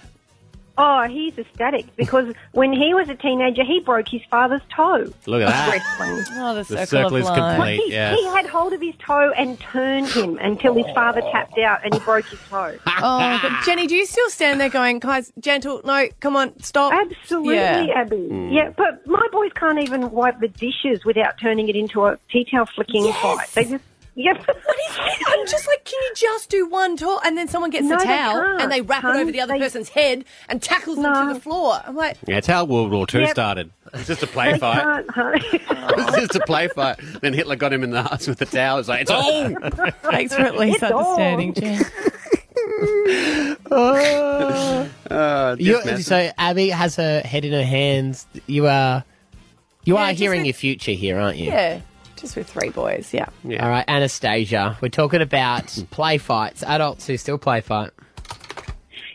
Speaker 16: Oh, he's ecstatic because when he was a teenager, he broke his father's toe.
Speaker 3: Look at that.
Speaker 16: Wrestling.
Speaker 4: Oh, the,
Speaker 3: circle circle of is life. complete,
Speaker 16: He,
Speaker 3: yes.
Speaker 16: he had hold of his toe and turned him until his father tapped out and he broke his toe.
Speaker 4: Oh, but Jenny, do you still stand there going, guys, gentle, no, come on, stop?
Speaker 16: Absolutely, Abby. Yeah, but my boys can't even wipe the dishes without turning it into a tea towel flicking
Speaker 4: Yes.
Speaker 16: fight. They just, yep.
Speaker 4: I'm just like, can you just do one tour? And then someone gets
Speaker 16: No,
Speaker 4: the
Speaker 16: they
Speaker 4: towel
Speaker 16: can't,
Speaker 4: and they wrap it
Speaker 16: hun.
Speaker 4: over the other person's head and tackles them to the floor. I'm like,
Speaker 3: Yeah, that's how World War II
Speaker 4: Yep.
Speaker 3: started. It's just a play
Speaker 4: They
Speaker 3: fight.
Speaker 16: can't, hun.
Speaker 3: It's just a play fight. Then Hitler got him in the ass with the towel. It's like, it's all. Oh!
Speaker 4: Thanks for at least
Speaker 16: It's on.
Speaker 4: understanding, Jen. Ah.
Speaker 3: Uh, just
Speaker 2: You-
Speaker 3: messing.
Speaker 2: so Abby has her head in her hands. You are, you
Speaker 4: Yeah,
Speaker 2: are
Speaker 4: just
Speaker 2: hearing
Speaker 4: with-
Speaker 2: your future here, aren't you?
Speaker 4: yeah, just with three boys, yeah.
Speaker 2: All right, Anastasia. We're talking about play fights. Adults who still play fight.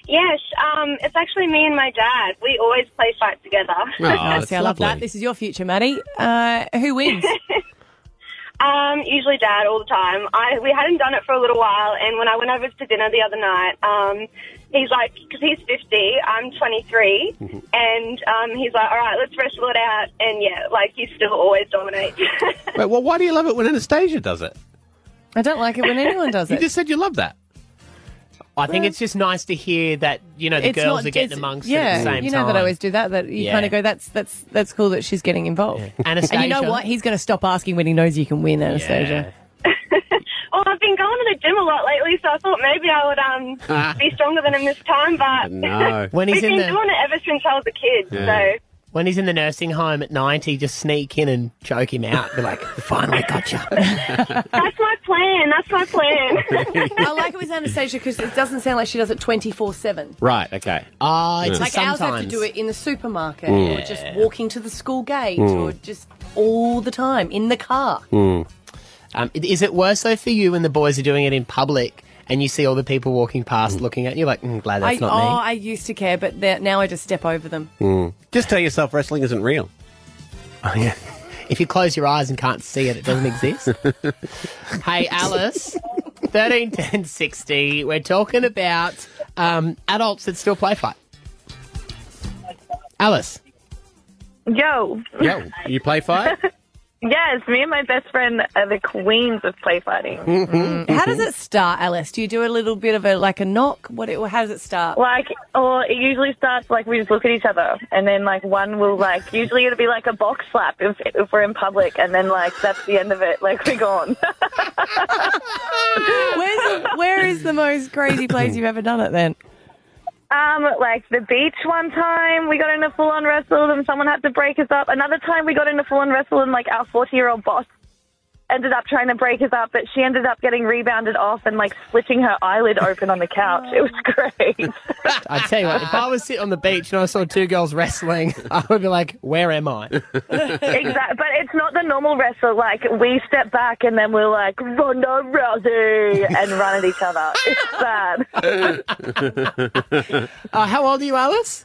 Speaker 18: Yes, um, it's actually me and my dad. We always play fight together.
Speaker 2: Ah,
Speaker 4: Oh, see, I love that. This is your future, Maddie. Uh, who wins?
Speaker 18: Um, usually dad all the time. I we hadn't done it for a little while, and when I went over to dinner the other night, um, he's like, because he's fifty, I'm twenty three,
Speaker 2: Mm-hmm.
Speaker 18: and um, he's like, all right, let's wrestle it out, and yeah, like he still always dominates.
Speaker 3: Wait, well, why do you love it when Anastasia does it?
Speaker 4: I don't like it when anyone does
Speaker 3: You
Speaker 4: it.
Speaker 3: just said you love that.
Speaker 2: I think it's just nice to hear that you know the
Speaker 4: It's
Speaker 2: girls
Speaker 4: not-
Speaker 2: are getting
Speaker 4: it's-
Speaker 2: amongst it
Speaker 4: yeah,
Speaker 2: at the same
Speaker 4: you know
Speaker 2: time.
Speaker 4: that I always do that. That you
Speaker 2: Yeah.
Speaker 4: kind of go, that's that's that's cool that she's getting involved. And you know
Speaker 2: Anastasia.
Speaker 4: what? He's going to stop asking when he knows you can win, Anastasia.
Speaker 18: well, Oh, I've been going to the gym a lot lately, so I thought maybe I would um, be stronger than him this time, but
Speaker 2: No. When he's
Speaker 18: we've
Speaker 2: in
Speaker 18: been
Speaker 2: the-
Speaker 18: doing it ever since I was a kid,
Speaker 2: Yeah.
Speaker 18: so.
Speaker 2: When he's in the nursing home at ninety, just sneak in and choke him out. Be like, finally gotcha.
Speaker 18: That's my plan. That's my plan.
Speaker 4: I like it with Anastasia because it doesn't sound like she does it twenty four seven.
Speaker 3: Right, okay.
Speaker 2: Ah,
Speaker 3: it's
Speaker 4: Uh, like ours have to do it in the supermarket
Speaker 3: Mm.
Speaker 4: or just walking to the school gate
Speaker 2: Mm.
Speaker 4: or just all the time in the car.
Speaker 3: Mm.
Speaker 2: Um, i- is it worse though for you when the boys are doing it in public and you see all the people walking past looking at you like, mm, glad
Speaker 4: I,
Speaker 2: that's
Speaker 4: oh,
Speaker 2: not me.
Speaker 4: I used to care, but they're- now I just step over them.
Speaker 3: Mm. Just tell yourself wrestling isn't real.
Speaker 2: If you close your eyes and can't see it, it doesn't exist. hey, Alice, thirteen ten sixty. We're talking about um, adults that still play fight. Alice,
Speaker 18: Yo.
Speaker 3: Yo, you play fight?
Speaker 19: Yes, me and my best friend are the queens of play fighting.
Speaker 2: Mm-hmm.
Speaker 6: Mm-hmm.
Speaker 4: Mm-hmm. How does it start, Alice? Do you do a little bit of a like a knock? What? It, how does it start?
Speaker 19: Like, or it usually starts like we just look at each other, and then like one will like usually it'll be like a box slap if if we're in public, and then like that's the end of it. Like we're gone.
Speaker 4: Where's the, where is the most crazy place you've ever done it? Then
Speaker 19: Um, like the beach one time, we got in a full on wrestle and someone had to break us up. Another time, we got in a full on wrestle and like our 40 year old boss ended up trying to break us up, but she ended up getting rebounded off and like splitting her eyelid open on the couch. It was great.
Speaker 2: I tell you what, if I was sitting on the beach and I saw two girls wrestling, I would be like, "Where am I?"
Speaker 19: exactly. But it's not the normal wrestle. Like we step back and then we're like Ronda Rousey and run at each other. It's bad.
Speaker 2: Uh, how old are you, Alice?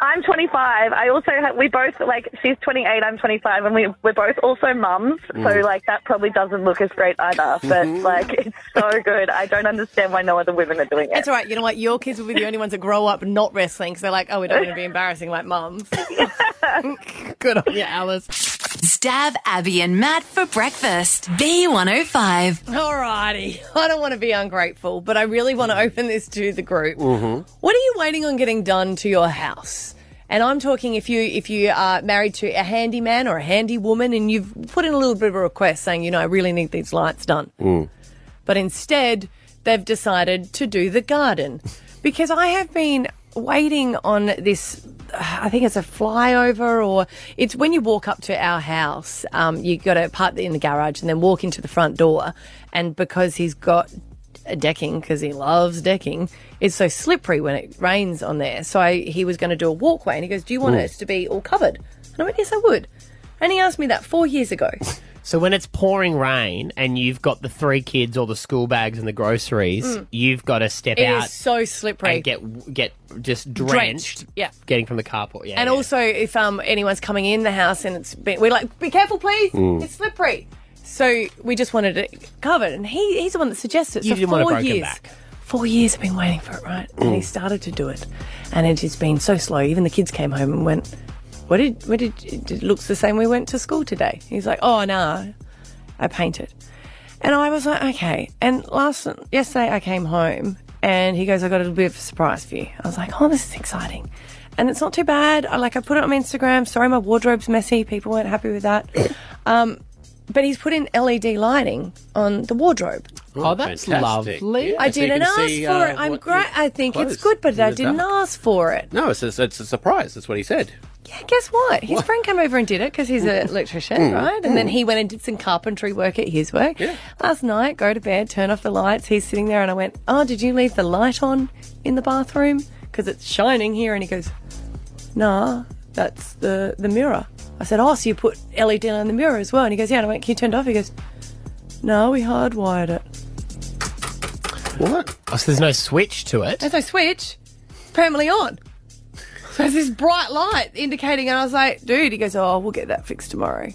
Speaker 19: I'm 25. I also ha we both like she's 28. I'm 25, and we we're both also mums. So
Speaker 2: Mm. Mm-hmm.
Speaker 19: like that probably doesn't look as great either. But like it's so good. I don't understand why no other women are doing it.
Speaker 4: That's all right. You know what? Your kids will be the only ones that grow up not wrestling because they're like, oh, we don't want to be embarrassing like mums.
Speaker 2: Good on you, Alice.
Speaker 5: Stab Abby and Matt for breakfast. B105.
Speaker 4: Alrighty. I don't want to be ungrateful, but I really want to open this to the group.
Speaker 6: Mm-hmm.
Speaker 4: What are you waiting on getting done to your house? And I'm talking if you if you are married to a handyman or a handy woman and you've put in a little bit of a request saying, you know, I really need these lights done. But instead, they've decided to do the garden. Because I have been waiting on this, I think it's a flyover, or it's when you walk up to our house, um, you got to park in the garage and then walk into the front door. And because he's got a decking, because he loves decking, it's so slippery when it rains on there. So I, he was going to do a walkway and he goes, Do you want
Speaker 2: Mm.
Speaker 4: us to be all covered? And I went, Yes, I would. And he asked me that four years ago.
Speaker 2: So when it's pouring rain and you've got the three kids, all the school bags and the groceries,
Speaker 4: Mm.
Speaker 2: you've got to step
Speaker 4: It is
Speaker 2: out
Speaker 4: so slippery.
Speaker 2: and get get just drenched.
Speaker 4: Drenched, yeah.
Speaker 2: getting from the carport. Yeah,
Speaker 4: and
Speaker 2: yeah.
Speaker 4: also, if um, anyone's coming in the house and it's been, we're like, be careful, please.
Speaker 2: Mm.
Speaker 4: It's slippery. So we just wanted it covered. And he, he's the one that suggested it.
Speaker 2: You
Speaker 4: so
Speaker 2: didn't
Speaker 4: four
Speaker 2: want it broken
Speaker 4: years.
Speaker 2: back.
Speaker 4: Four years I've been waiting for it, right? And he
Speaker 2: Mm.
Speaker 4: started to do it. And it has been so slow. Even the kids came home and went, What did, what did, it looks the same we went to school today. He's like, Oh, nah, I painted. And I was like, okay. And last yesterday I came home and he goes, I got a little bit of a surprise for you. I was like, oh, this is exciting. And it's not too bad. I like I put it on my Instagram. Sorry, my wardrobe's messy. People weren't happy with that. um, but he's put in LED lighting on the wardrobe.
Speaker 2: Oh, that's fantastic. lovely.
Speaker 4: I
Speaker 2: Yeah, so you
Speaker 4: didn't
Speaker 2: can
Speaker 4: ask
Speaker 2: see,
Speaker 4: for
Speaker 2: uh,
Speaker 4: it. I'm
Speaker 2: what
Speaker 4: great. I think it's good, but
Speaker 3: in
Speaker 4: I
Speaker 3: the
Speaker 4: didn't
Speaker 3: dark.
Speaker 4: ask for it.
Speaker 3: No, it's a, it's a surprise. That's what he said.
Speaker 4: Yeah, guess what? Hmm. His friend came over and did it because he's an electrician,
Speaker 3: Mm.
Speaker 4: right? And then
Speaker 3: Mm.
Speaker 4: he went and did some carpentry work at his work. Last night, go to bed, turn off the lights. He's sitting there, and I went, "Oh, did you leave the light on in the bathroom? Because it's shining here." And he goes, "Nah, that's the the mirror." I said, "Oh, so you put LED on the mirror as well?" And he goes, "Yeah." And I went, "Can you turn it off?" He goes, "No, we hardwired it."
Speaker 2: What? Oh, so there's no switch to it.
Speaker 4: There's no switch. It's permanently on. So there's this bright light indicating, and I was like, dude, he goes, oh, we'll get that fixed tomorrow.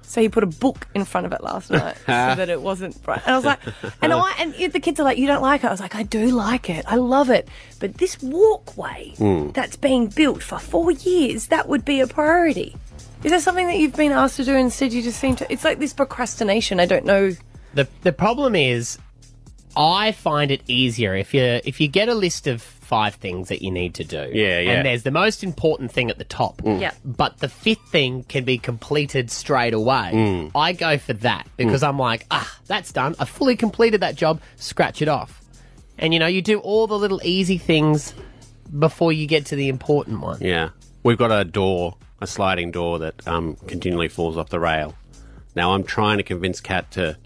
Speaker 4: so he put a book in front of it last night so that it wasn't bright. And I was like, and I and if the kids are like, you don't like it. I was like, I do like it. I love it. But this walkway
Speaker 6: Mm.
Speaker 4: that's being built for four years, that would be a priority. Is that something that you've been asked to do and instead you just seem to? It's like this procrastination. I don't know.
Speaker 2: The the problem is, I find it easier if you if you get a list of five things that you need to do. Yeah,
Speaker 3: yeah.
Speaker 2: And there's the most important thing at the top.
Speaker 3: Mm. Yeah.
Speaker 2: But the fifth thing can be completed straight away.
Speaker 3: Mm.
Speaker 2: I go for that because
Speaker 3: Mm.
Speaker 2: I'm like, ah, that's done. I fully completed that job. Scratch it off. And you know, you do all the little easy things before you get to the important one.
Speaker 3: Yeah. We've got a door, a sliding door that um, continually falls off the rail. Now I'm trying to convince Kat to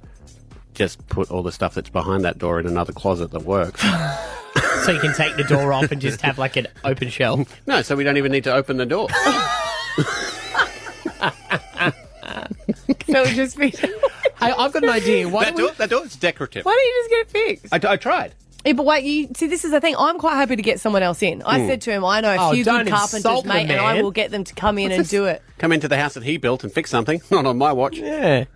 Speaker 3: just put all the stuff that's behind that door in another closet that works.
Speaker 2: so you can take the door off and just have like an open shelf.
Speaker 3: No, so we don't even need to open the door.
Speaker 4: So it would just be.
Speaker 2: I, I've got an idea. Why
Speaker 3: that,
Speaker 2: don't we-
Speaker 3: door, that door's decorative.
Speaker 4: Why don't you just get it fixed?
Speaker 3: I, I tried.
Speaker 4: Yeah, but wait, you see, this is the thing. I'm quite happy to get someone else in. I
Speaker 3: Mm.
Speaker 4: said to him, I know a
Speaker 3: Oh,
Speaker 4: few
Speaker 3: don't
Speaker 4: good
Speaker 3: insult
Speaker 4: carpenters,
Speaker 3: the
Speaker 4: mate, and I
Speaker 3: man.
Speaker 4: will get them to come in
Speaker 3: What's
Speaker 4: and
Speaker 3: this?
Speaker 4: do it.
Speaker 3: Come into the house that he built and fix something. Not on my watch.
Speaker 2: Yeah.
Speaker 3: Hmm.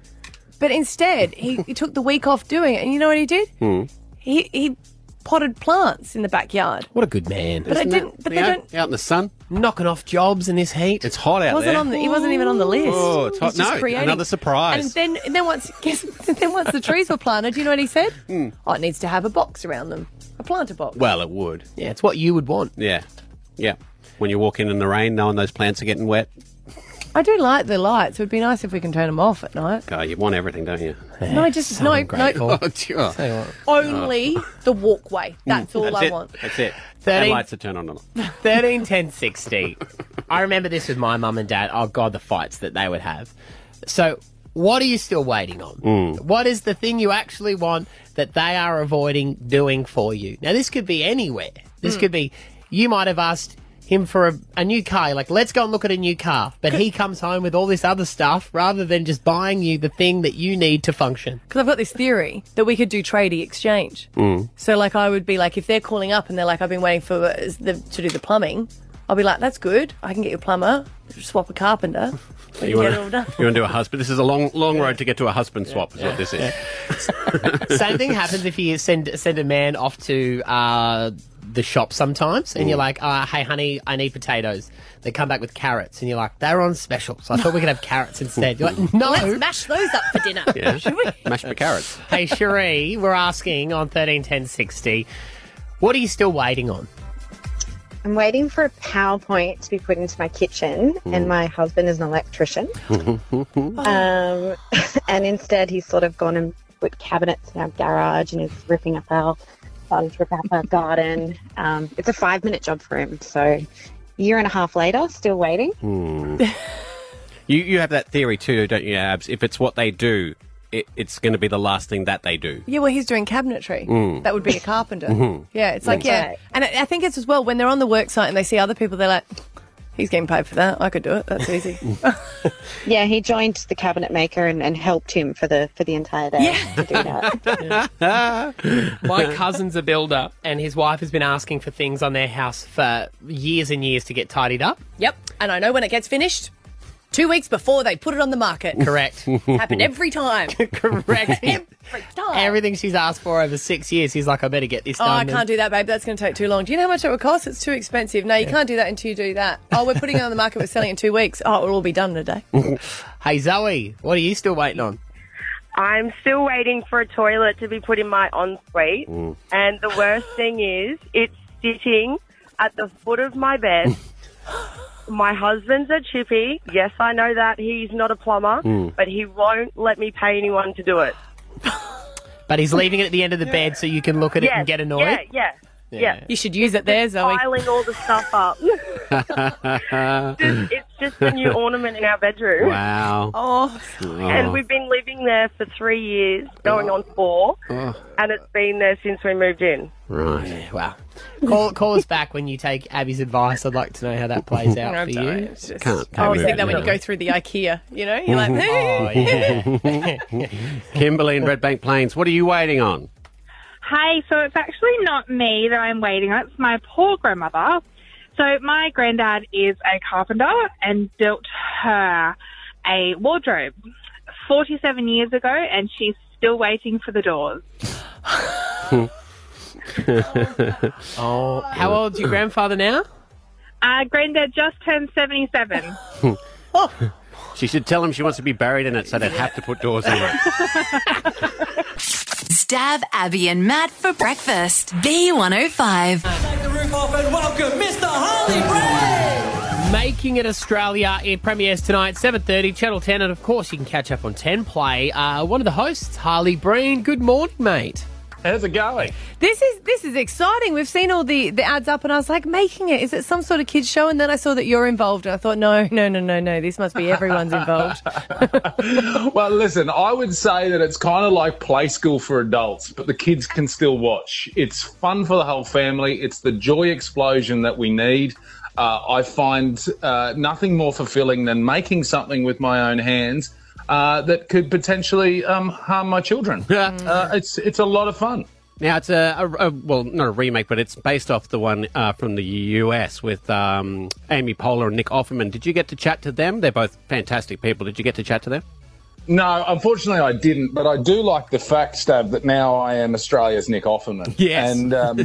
Speaker 4: But instead, he, he took the week off doing it, and you know what he did?
Speaker 3: Mm.
Speaker 4: He he potted plants in the backyard.
Speaker 2: What a good man.
Speaker 4: But I
Speaker 2: Isn't
Speaker 4: didn't- but they
Speaker 2: out,
Speaker 4: don't-
Speaker 2: Out in the sun. Knocking off jobs in this heat. It's
Speaker 3: hot out
Speaker 4: wasn't
Speaker 3: there.
Speaker 4: on the, he wasn't even on the list.
Speaker 3: Oh, it's hot.
Speaker 4: He's just
Speaker 3: No,
Speaker 4: creating.
Speaker 3: another surprise.
Speaker 4: And then, and then once, guess, then once the trees were planted, you know what he said? Oh, it needs to have a box around them, a planter box.
Speaker 3: Hmm. Well, it would.
Speaker 2: Yeah, it's what you would want.
Speaker 3: Yeah. Yeah. When you walk in in the rain, knowing those plants are getting wet.
Speaker 4: I do like the lights. It would be nice if we can turn them off at night.
Speaker 3: God, you want everything, don't you?
Speaker 4: No, just no, no.
Speaker 3: Oh, sure.
Speaker 4: Only the walkway. That's all
Speaker 3: That's
Speaker 4: I
Speaker 3: it.
Speaker 4: want.
Speaker 3: That's it.
Speaker 2: Thirty-
Speaker 3: And lights are turned on. and off.
Speaker 2: 13 10 60. I remember this with my mum and dad. Oh, God, the fights that they would have. So, what are you still waiting on?
Speaker 3: Mm.
Speaker 2: What is the thing you actually want that they are avoiding doing for you? Now, this could be anywhere. This could be you might have asked him for a, a new car. You're like, let's go and look at a new car. But he comes home with all this other stuff rather than just buying you the thing that you need to function.
Speaker 4: Because I've got this theory that we could do tradie exchange. So, like, I would be like, if they're calling up and they're like, I've been waiting for uh, the, to do the plumbing, I'll be like, that's good. I can get you a plumber, swap a carpenter. We
Speaker 3: You
Speaker 4: can
Speaker 3: want,
Speaker 4: get it all
Speaker 3: to,
Speaker 4: done.
Speaker 3: you want to do a husband? This is a long, long road to get to a husband swap. Is what this is.
Speaker 2: Same thing happens if you send send a man off to uh, the shop sometimes, and you're like, uh, "Hey, honey, I need potatoes." They come back with carrots, and you're like, "They're on special, so I thought we could have carrots instead." You're like, "No,
Speaker 4: Let's mash those up for dinner.
Speaker 2: Yeah.
Speaker 4: Should we?
Speaker 3: Mash the carrots.
Speaker 2: hey, Cherie, we're asking on thirteen ten sixty. What are you still waiting on?
Speaker 20: I'm waiting for a PowerPoint to be put into my kitchen,
Speaker 2: Hmm.
Speaker 20: and my husband is an electrician.
Speaker 6: Oh.
Speaker 4: Oh.
Speaker 20: Um, and instead, he's sort of gone and put cabinets in our garage and is ripping up our, starting to rip up our garden. Um, it's a five minute job for him. So, a year and a half later, still waiting.
Speaker 3: Hmm. you you have that theory too, don't you, Abs? If it's what they do, it, it's going to be the last thing that they do.
Speaker 4: Yeah, well, he's doing cabinetry.
Speaker 3: Mm.
Speaker 4: That would be a carpenter.
Speaker 2: Mm-hmm.
Speaker 3: Mhm.
Speaker 4: Yeah, it's like,
Speaker 3: That's
Speaker 4: yeah.
Speaker 3: right.
Speaker 4: And I I think it's as well when they're on the work site and they see other people, they're like, he's getting paid for that. I could do it. That's easy.
Speaker 20: Yeah, he joined the cabinet maker and, and helped him for the for the entire day to do that.
Speaker 2: My cousin's a builder, and his wife has been asking for things on their house for years and years to get tidied up.
Speaker 4: Yep. And I know when it gets finished, two weeks before they put it on the market.
Speaker 2: Correct.
Speaker 4: Happened every time.
Speaker 2: Correct. Everything she's asked for over six years, he's like, I better get this
Speaker 4: Oh,
Speaker 2: done.
Speaker 4: I
Speaker 2: and-
Speaker 4: can't do that, babe. That's going to take too long. Do you know how much it would cost? It's too expensive. No, you can't do that until you do that. Oh, we're putting it on the market. We're selling it in two weeks. Oh, it'll all be done in a day.
Speaker 2: hey, Zoe, what are you still waiting on?
Speaker 21: I'm still waiting for a toilet to be put in my ensuite.
Speaker 2: Mm.
Speaker 21: And the worst thing is, it's sitting at the foot of my bed. my husband's a chippy. Yes, I know that. He's not a plumber,
Speaker 2: Mm.
Speaker 21: but he won't let me pay anyone to do it.
Speaker 2: But he's leaving it at the end of the bed so you can look at it and get
Speaker 21: Yeah,
Speaker 2: annoyed.
Speaker 21: yeah.
Speaker 2: Yeah.
Speaker 21: Yeah.
Speaker 4: You should use it there, Zoe.
Speaker 21: Piling all the stuff up.
Speaker 3: Oh.
Speaker 21: it's just a new ornament in our bedroom.
Speaker 3: Wow.
Speaker 21: Oh.
Speaker 3: Oh.
Speaker 21: And we've been living there for three years, going on four, and it's been there since we moved in.
Speaker 3: Right.
Speaker 2: wow. Call, call us back when you take Abby's advice. I'd like to know how that plays out
Speaker 4: I'm
Speaker 2: for
Speaker 4: sorry,
Speaker 2: you.
Speaker 4: it's just- I always think that when you go through the IKEA, you know, you're like,
Speaker 3: Oh, yeah. Kimberly in Red Bank Plains, what are you waiting on?
Speaker 22: Hey, so it's actually not me that I'm waiting on. It's my poor grandmother. So my granddad is a carpenter and built her a wardrobe 47 years ago, and she's still waiting for the doors.
Speaker 2: oh, how old's your grandfather now?
Speaker 22: Uh, granddad just turned 77.
Speaker 2: Oh,
Speaker 3: She should tell him she wants to be buried in it, so they'd have to put doors on it.
Speaker 5: Stab Abby and Matt for breakfast. B105.
Speaker 6: Take the roof off and welcome Mr. Harley Bray!
Speaker 2: Making It Australia. It premieres tonight, 7.30, Channel 10. And, of course, you can catch up on 10 Play. Uh, one of the hosts, Harley Breen. Good morning, mate.
Speaker 23: How's it going?
Speaker 4: This is this is exciting. We've seen all the, the ads up, and I was like, making it. Is it some sort of kids show? And then I saw that you're involved, and I thought, no, no, no, no, no. This must be everyone's involved.
Speaker 23: well, listen, I would say that it's kind of like play school for adults, but the kids can still watch. It's fun for the whole family. It's the joy explosion that we need. Uh, I find uh, nothing more fulfilling than making something with my own hands uh, that could potentially um, harm my children. uh, it's it's a lot of fun.
Speaker 3: Now it's a, a, a well, not a remake, but it's based off the one uh, from the US with um, Amy Poehler and Nick Offerman. Did you get to chat to them? They're both fantastic people. Did you get to chat to them?
Speaker 23: No, unfortunately, I didn't. But I do like the fact, Stab, that now I am Australia's Nick Offerman.
Speaker 6: Yes.
Speaker 23: and um,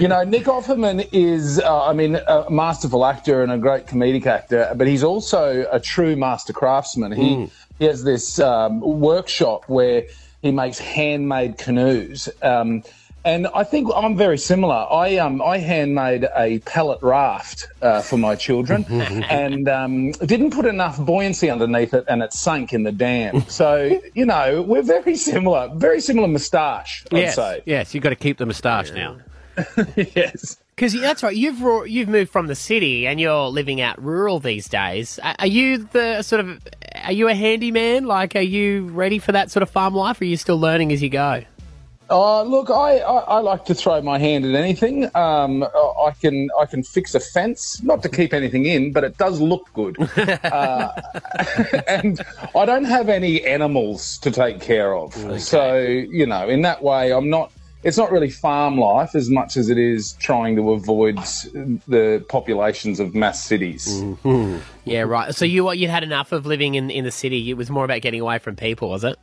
Speaker 23: you know, Nick Offerman is, uh, I mean, a masterful actor and a great comedic actor, but he's also a true master craftsman. He
Speaker 6: Mm.
Speaker 23: he has this um, workshop where he makes handmade canoes. Um, and I think I'm very similar. I um, I handmade a pellet raft uh, for my children, and um, didn't put enough buoyancy underneath it, and it sank in the dam. So you know we're very similar, very similar moustache. I'd
Speaker 3: yes,
Speaker 23: say.
Speaker 3: yes, you've got to keep the moustache now.
Speaker 23: yes.
Speaker 2: Because that's right. You've ru- you've moved from the city and you're living out rural these days. A- Are you the sort of are you a handyman? Like, are you ready for that sort of farm life? Or are you still learning as you go?
Speaker 23: Uh, look, I, I, I like to throw my hand at anything. Um, I I can I can fix a fence, not to keep anything in, but it does look good. uh, and I don't have any animals to take care of, so you know, in that way, I'm not. It's not really farm life as much as it is trying to avoid s- the populations of mass cities.
Speaker 2: Yeah, right. So you you'd had enough of living in in the city. It was more about getting away from people, was it?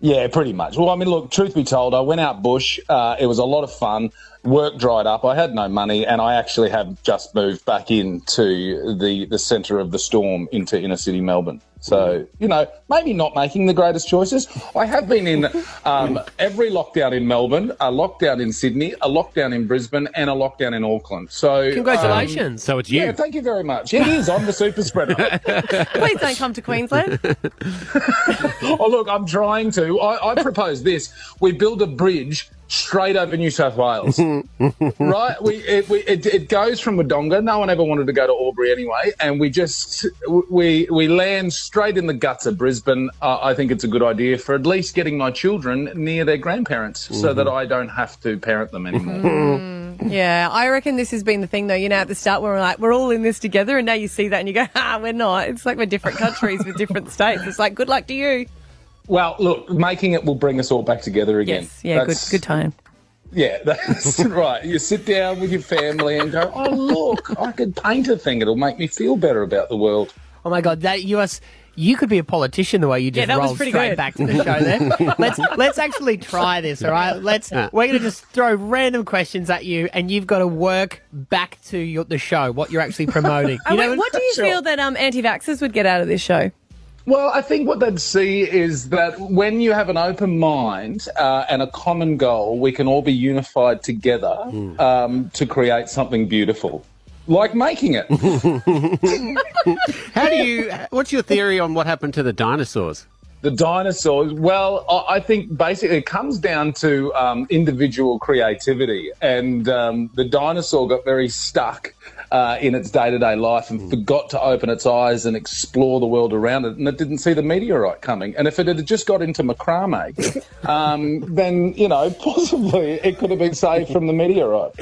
Speaker 23: Yeah, pretty much. Well, I mean, look, truth be told, I went out bush. Uh, it was a lot of fun. Work dried up. I had no money, and I actually have just moved back into the, the centre of the storm into inner city Melbourne. So,
Speaker 3: Mm.
Speaker 23: you know, maybe not making the greatest choices. I have been in um, every lockdown in Melbourne, a lockdown in Sydney, a lockdown in Brisbane, and a lockdown in Auckland. So,
Speaker 2: Congratulations.
Speaker 3: So it's
Speaker 23: you. Yeah, thank you very much. It is. I'm the super spreader.
Speaker 9: Please don't come to Queensland.
Speaker 23: oh, look, I'm trying to. I, I propose this: we build a bridge straight over New South Wales. right? We, it, we it, it goes from Wodonga. No one ever wanted to go to Albury anyway, and we just we we land straight in the guts of Brisbane. Uh, I think it's a good idea for at least getting my children near their grandparents, so
Speaker 6: Mhm.
Speaker 23: that I don't have to parent them anymore.
Speaker 9: yeah, I reckon this has been the thing though. You know, at the start we're like, we're all in this together, and now you see that and you go, ah, we're not. It's like we're different countries with different states. It's like, good luck to you.
Speaker 23: well, look, making it will bring us all back together again.
Speaker 9: Yes, yeah, good,
Speaker 23: That's-
Speaker 9: good time.
Speaker 23: Yeah, that's right. You sit down with your family and go, oh, look, I could paint a thing. It'll make me feel better about the world.
Speaker 2: Oh my god, that you are. s- You could be a politician the way you just
Speaker 6: Yeah, that was
Speaker 2: rolled
Speaker 6: pretty
Speaker 2: straight
Speaker 6: good.
Speaker 2: back to the show there. let's let's actually try this, all right? Let's
Speaker 6: Yeah.
Speaker 2: we're gonna just throw random questions at you and you've got to work back to your, the show, what you're actually promoting.
Speaker 9: Oh,
Speaker 2: You
Speaker 9: wait,
Speaker 2: know-
Speaker 9: what do you feel that um, anti-vaxxers would get out of this show?
Speaker 23: Well, I think what they'd see is that when you have an open mind uh, and a common goal, we can all be unified together
Speaker 2: Hmm.
Speaker 23: um, to create something beautiful, like making it.
Speaker 3: How do you? What's your theory on what happened to the dinosaurs?
Speaker 23: The dinosaurs. Well, I- I think basically it comes down to um, individual creativity, and um, the dinosaur got very stuck uh, in its day-to-day life
Speaker 3: Hmm.
Speaker 23: and forgot to open its eyes and explore the world around it, and it didn't see the meteorite coming. And if it had just got into macrame, um, then you know possibly it could have been saved from the meteorite.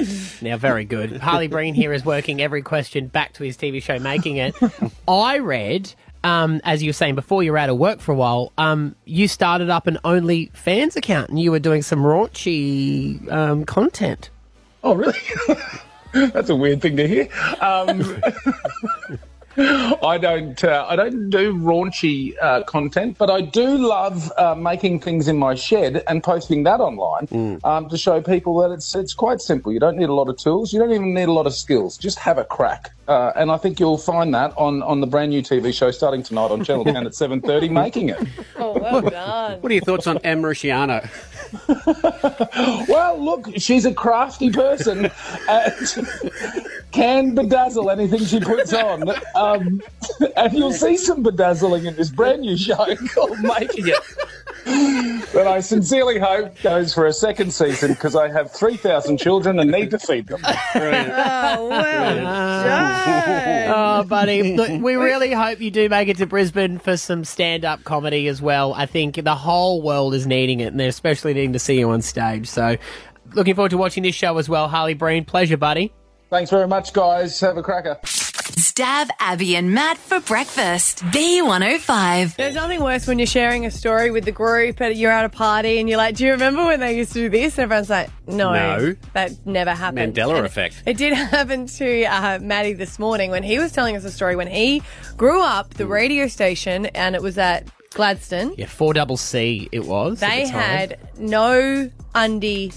Speaker 2: Now, very good. Harley Breen here is working every question back to his TV show, making it. I read, um, as you were saying before, you were out of work for a while. Um, you started up an OnlyFans account and you were doing some raunchy um, content.
Speaker 23: Oh, really? That's a weird thing to hear. Um, I don't. Uh, I don't do raunchy uh, content, but I do love uh, making things in my shed and posting that online
Speaker 3: Mm.
Speaker 23: um, to show people that it's it's quite simple. You don't need a lot of tools. You don't even need a lot of skills. Just have a crack, uh, and I think you'll find that on on the brand new TV show starting tonight on Channel Ten at seven thirty. Making it.
Speaker 9: Oh, well done.
Speaker 3: What are your thoughts on Em Rusciano?
Speaker 23: Well, look, she's a crafty person and can bedazzle anything she puts on. Um, and you'll see some bedazzling in this brand new show called Making It. That I sincerely hope goes for a second season because I have 3,000 children and need to feed them.
Speaker 6: Oh,
Speaker 2: oh, buddy. Look, we really hope you do make it to Brisbane for some stand up comedy as well. I think the whole world is needing it and they're especially needing to see you on stage. So, looking forward to watching this show as well, Harley Breen. Pleasure, buddy.
Speaker 23: Thanks very much, guys. Have a cracker.
Speaker 5: Stab Abby and Matt for breakfast. B105.
Speaker 9: There's nothing worse when you're sharing a story with the group and you're at a party and you're like, do you remember when they used to do this? And everyone's like, no,
Speaker 3: No.
Speaker 9: that never happened.
Speaker 3: Mandela
Speaker 9: And
Speaker 3: effect.
Speaker 9: It did happen to uh, Maddie
Speaker 2: Hmm.
Speaker 9: this morning when he was telling us a story. When he grew up, the radio station, and it was at
Speaker 4: Gladstone.
Speaker 2: Yeah, four double C it was. at
Speaker 4: They
Speaker 2: the time.
Speaker 4: had no undie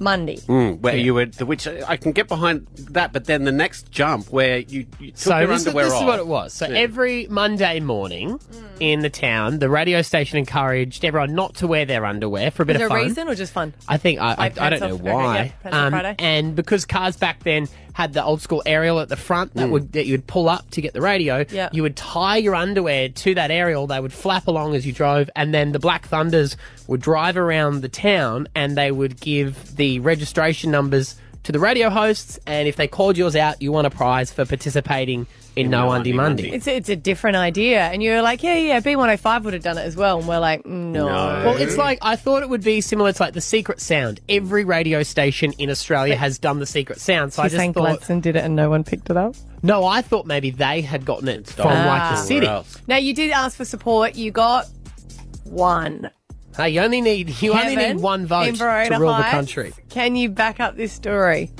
Speaker 4: Monday.
Speaker 2: Hmm.
Speaker 3: Mm, where you would, which I can get behind that, but then the next jump where you, you took
Speaker 2: So
Speaker 3: your
Speaker 2: this, is,
Speaker 3: underwear
Speaker 2: this
Speaker 3: off.
Speaker 2: is what it was. So
Speaker 3: Yeah.
Speaker 2: every Monday morning in the town, the radio station encouraged everyone not to wear their underwear for a bit
Speaker 4: Was
Speaker 2: of
Speaker 4: there
Speaker 2: fun.
Speaker 4: a reason or just fun?
Speaker 2: I think I, I,
Speaker 4: Like
Speaker 2: I don't
Speaker 4: pants
Speaker 2: know
Speaker 4: off- okay,
Speaker 2: why.
Speaker 4: yeah,
Speaker 2: Um,
Speaker 4: pants off Friday.
Speaker 2: and because cars back then had the old school aerial at the front that
Speaker 4: Mm.
Speaker 2: would that you would pull up to get the radio,
Speaker 4: Yeah.
Speaker 2: you would tie your underwear to that aerial. They would flap along as you drove, and then the Black Thunders would drive around the town and they would give the registration numbers to the radio hosts. And if they called yours out, you won a prize for participating in, No Undie Monday.
Speaker 4: It's a, it's a different idea. And you're like, yeah, yeah, B105 would have done it as well. And we're like, no.
Speaker 2: Well, it's like I thought it would be similar to like the secret sound. Every radio station in Australia has done the secret sound, so
Speaker 4: She's
Speaker 2: I just
Speaker 4: saying
Speaker 2: thought.
Speaker 4: Gladstone did it and no one picked it up.
Speaker 2: No, I thought maybe they had gotten it from like the
Speaker 4: Ah.
Speaker 2: city.
Speaker 4: Now, you did ask for support. You got one.
Speaker 2: Hey, you only need you only
Speaker 4: Kevin
Speaker 2: need one vote
Speaker 4: in
Speaker 2: to
Speaker 4: Verona
Speaker 2: rule the
Speaker 4: Heights.
Speaker 2: country.
Speaker 4: Can you back up this story?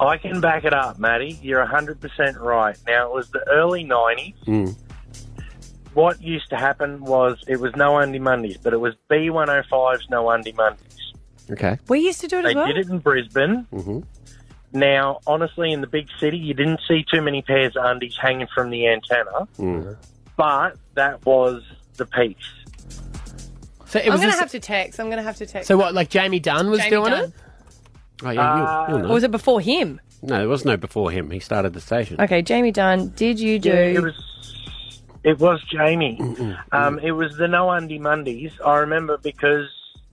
Speaker 24: I can back it up, Maddie. You're 100% right. Now, it was the early 90s. What used to happen was it was No Undy Mondays, but it was B105's No Undy Mondays.
Speaker 2: Okay.
Speaker 4: We used to do it
Speaker 24: They
Speaker 4: as well.
Speaker 24: did it in Brisbane.
Speaker 3: Mm-hmm.
Speaker 24: Now, honestly, in the big city, you didn't see too many pairs of undies hanging from the antenna, but that was the peak.
Speaker 2: So it
Speaker 4: I'm
Speaker 2: was.
Speaker 4: going to
Speaker 2: this-
Speaker 4: have to text. I'm going to have to text.
Speaker 2: so what? Like Jamie Dunn was
Speaker 4: Jamie
Speaker 2: doing
Speaker 4: Dunn.
Speaker 2: it.
Speaker 3: Oh, yeah,
Speaker 2: Uh,
Speaker 3: you'll, you'll know.
Speaker 4: Or was it before him?
Speaker 3: No, there was no before him. He started the station.
Speaker 4: Okay, Jamie Dunn, did you do.
Speaker 24: Yeah, it was. It was Jamie. Um, it was the No Undy Mondays. I remember because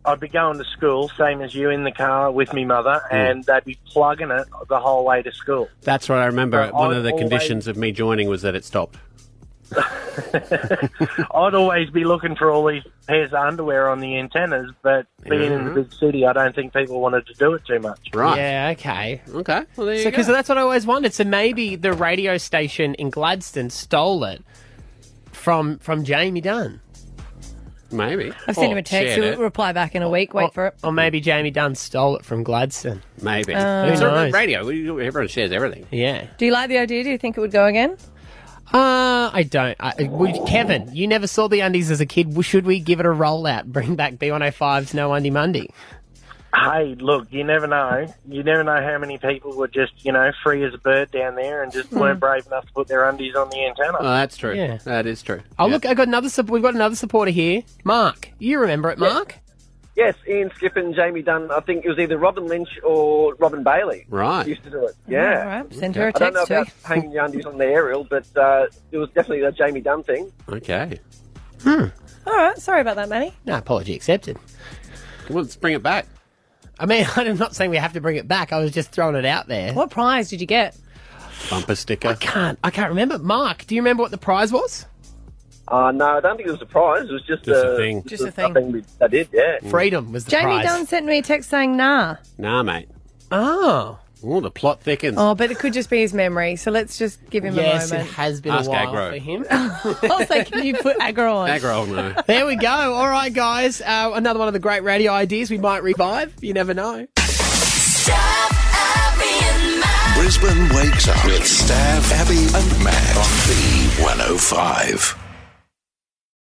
Speaker 24: I'd be going to school, same as you, in the car with me mother,
Speaker 3: Mm.
Speaker 24: and they'd be plugging it the whole way to school.
Speaker 3: That's what I remember.
Speaker 24: But
Speaker 3: One
Speaker 24: I've
Speaker 3: of the
Speaker 24: always-
Speaker 3: conditions of me joining was that it stopped.
Speaker 24: I'd always be looking for all these pairs of underwear on the antennas, but being in the big city, I don't think people wanted to do it too much.
Speaker 2: Yeah. Okay.
Speaker 3: Okay. Well, there you go.
Speaker 2: So because that's what I always wondered. So maybe the radio station in Gladstone stole it from from Jamie Dunn.
Speaker 3: Maybe.
Speaker 4: I've sent him
Speaker 3: Oh,
Speaker 4: a text.
Speaker 3: eh?
Speaker 4: He'll reply back
Speaker 24: Oh,
Speaker 4: in a week. Wait for it.
Speaker 2: Or maybe Jamie Dunn stole it from Gladstone.
Speaker 3: Maybe.
Speaker 4: Um,
Speaker 3: it's
Speaker 2: Who knows?
Speaker 3: radio. We- Everyone shares everything.
Speaker 2: Yeah.
Speaker 4: Do you like the idea? Do you think it would go again?
Speaker 2: Uh, I don't. I, we, Kevin, you never saw the undies as a kid. Well, Should we give it a rollout? Bring back B105's No Undy Monday.
Speaker 24: Hey, look, you never know. You never know how many people were just, you know, free as a bird down there and just weren't brave enough to put their undies on the antenna.
Speaker 3: Oh, that's true.
Speaker 2: Yeah.
Speaker 3: That is true.
Speaker 2: Oh, look, I got another. sup- We've got another supporter here, Mark. You remember it, Mark?
Speaker 14: Yes, Ian Skip and Jamie Dunn. I think it was either Robin Lynch or Robin Bailey.
Speaker 3: Right.
Speaker 14: Used to do it. Yeah.
Speaker 3: All right,
Speaker 14: Send
Speaker 3: her a
Speaker 14: I don't know
Speaker 3: text,
Speaker 14: about
Speaker 3: too.
Speaker 14: hanging your undies on the aerial, but uh, it was definitely that Jamie Dunn thing.
Speaker 3: Okay.
Speaker 4: All right. Sorry about that, Manny.
Speaker 2: Hmm. No, apology accepted.
Speaker 3: Well, let's bring it back.
Speaker 2: I mean, I'm not saying we have to bring it back. I was just throwing it out there.
Speaker 4: What prize did you get?
Speaker 3: Bumper sticker. I
Speaker 2: can't. I can't remember. Mark, do you remember what the prize was?
Speaker 14: Uh, no, I don't think it was a prize. It was just,
Speaker 3: Just
Speaker 14: a,
Speaker 3: a thing. Mm.
Speaker 14: Just a
Speaker 4: thing.
Speaker 14: thing we, I did, yeah.
Speaker 2: Freedom was
Speaker 4: Jamie Dunn sent me a text saying nah.
Speaker 3: Nah, mate.
Speaker 2: Oh.
Speaker 3: Oh, the plot thickens.
Speaker 4: Oh, but it could just be his memory. So let's just give him
Speaker 2: Yes,
Speaker 4: a moment.
Speaker 2: it has been
Speaker 3: Ask
Speaker 2: a while
Speaker 3: aggro.
Speaker 2: for him.
Speaker 4: also, can you put aggro on?
Speaker 3: Aggro, no.
Speaker 2: There we go. All right, guys. Uh, another one of the great radio ideas we might revive. You never know.
Speaker 1: oh Brisbane wakes up with Stav, Abby, and Matt on B105.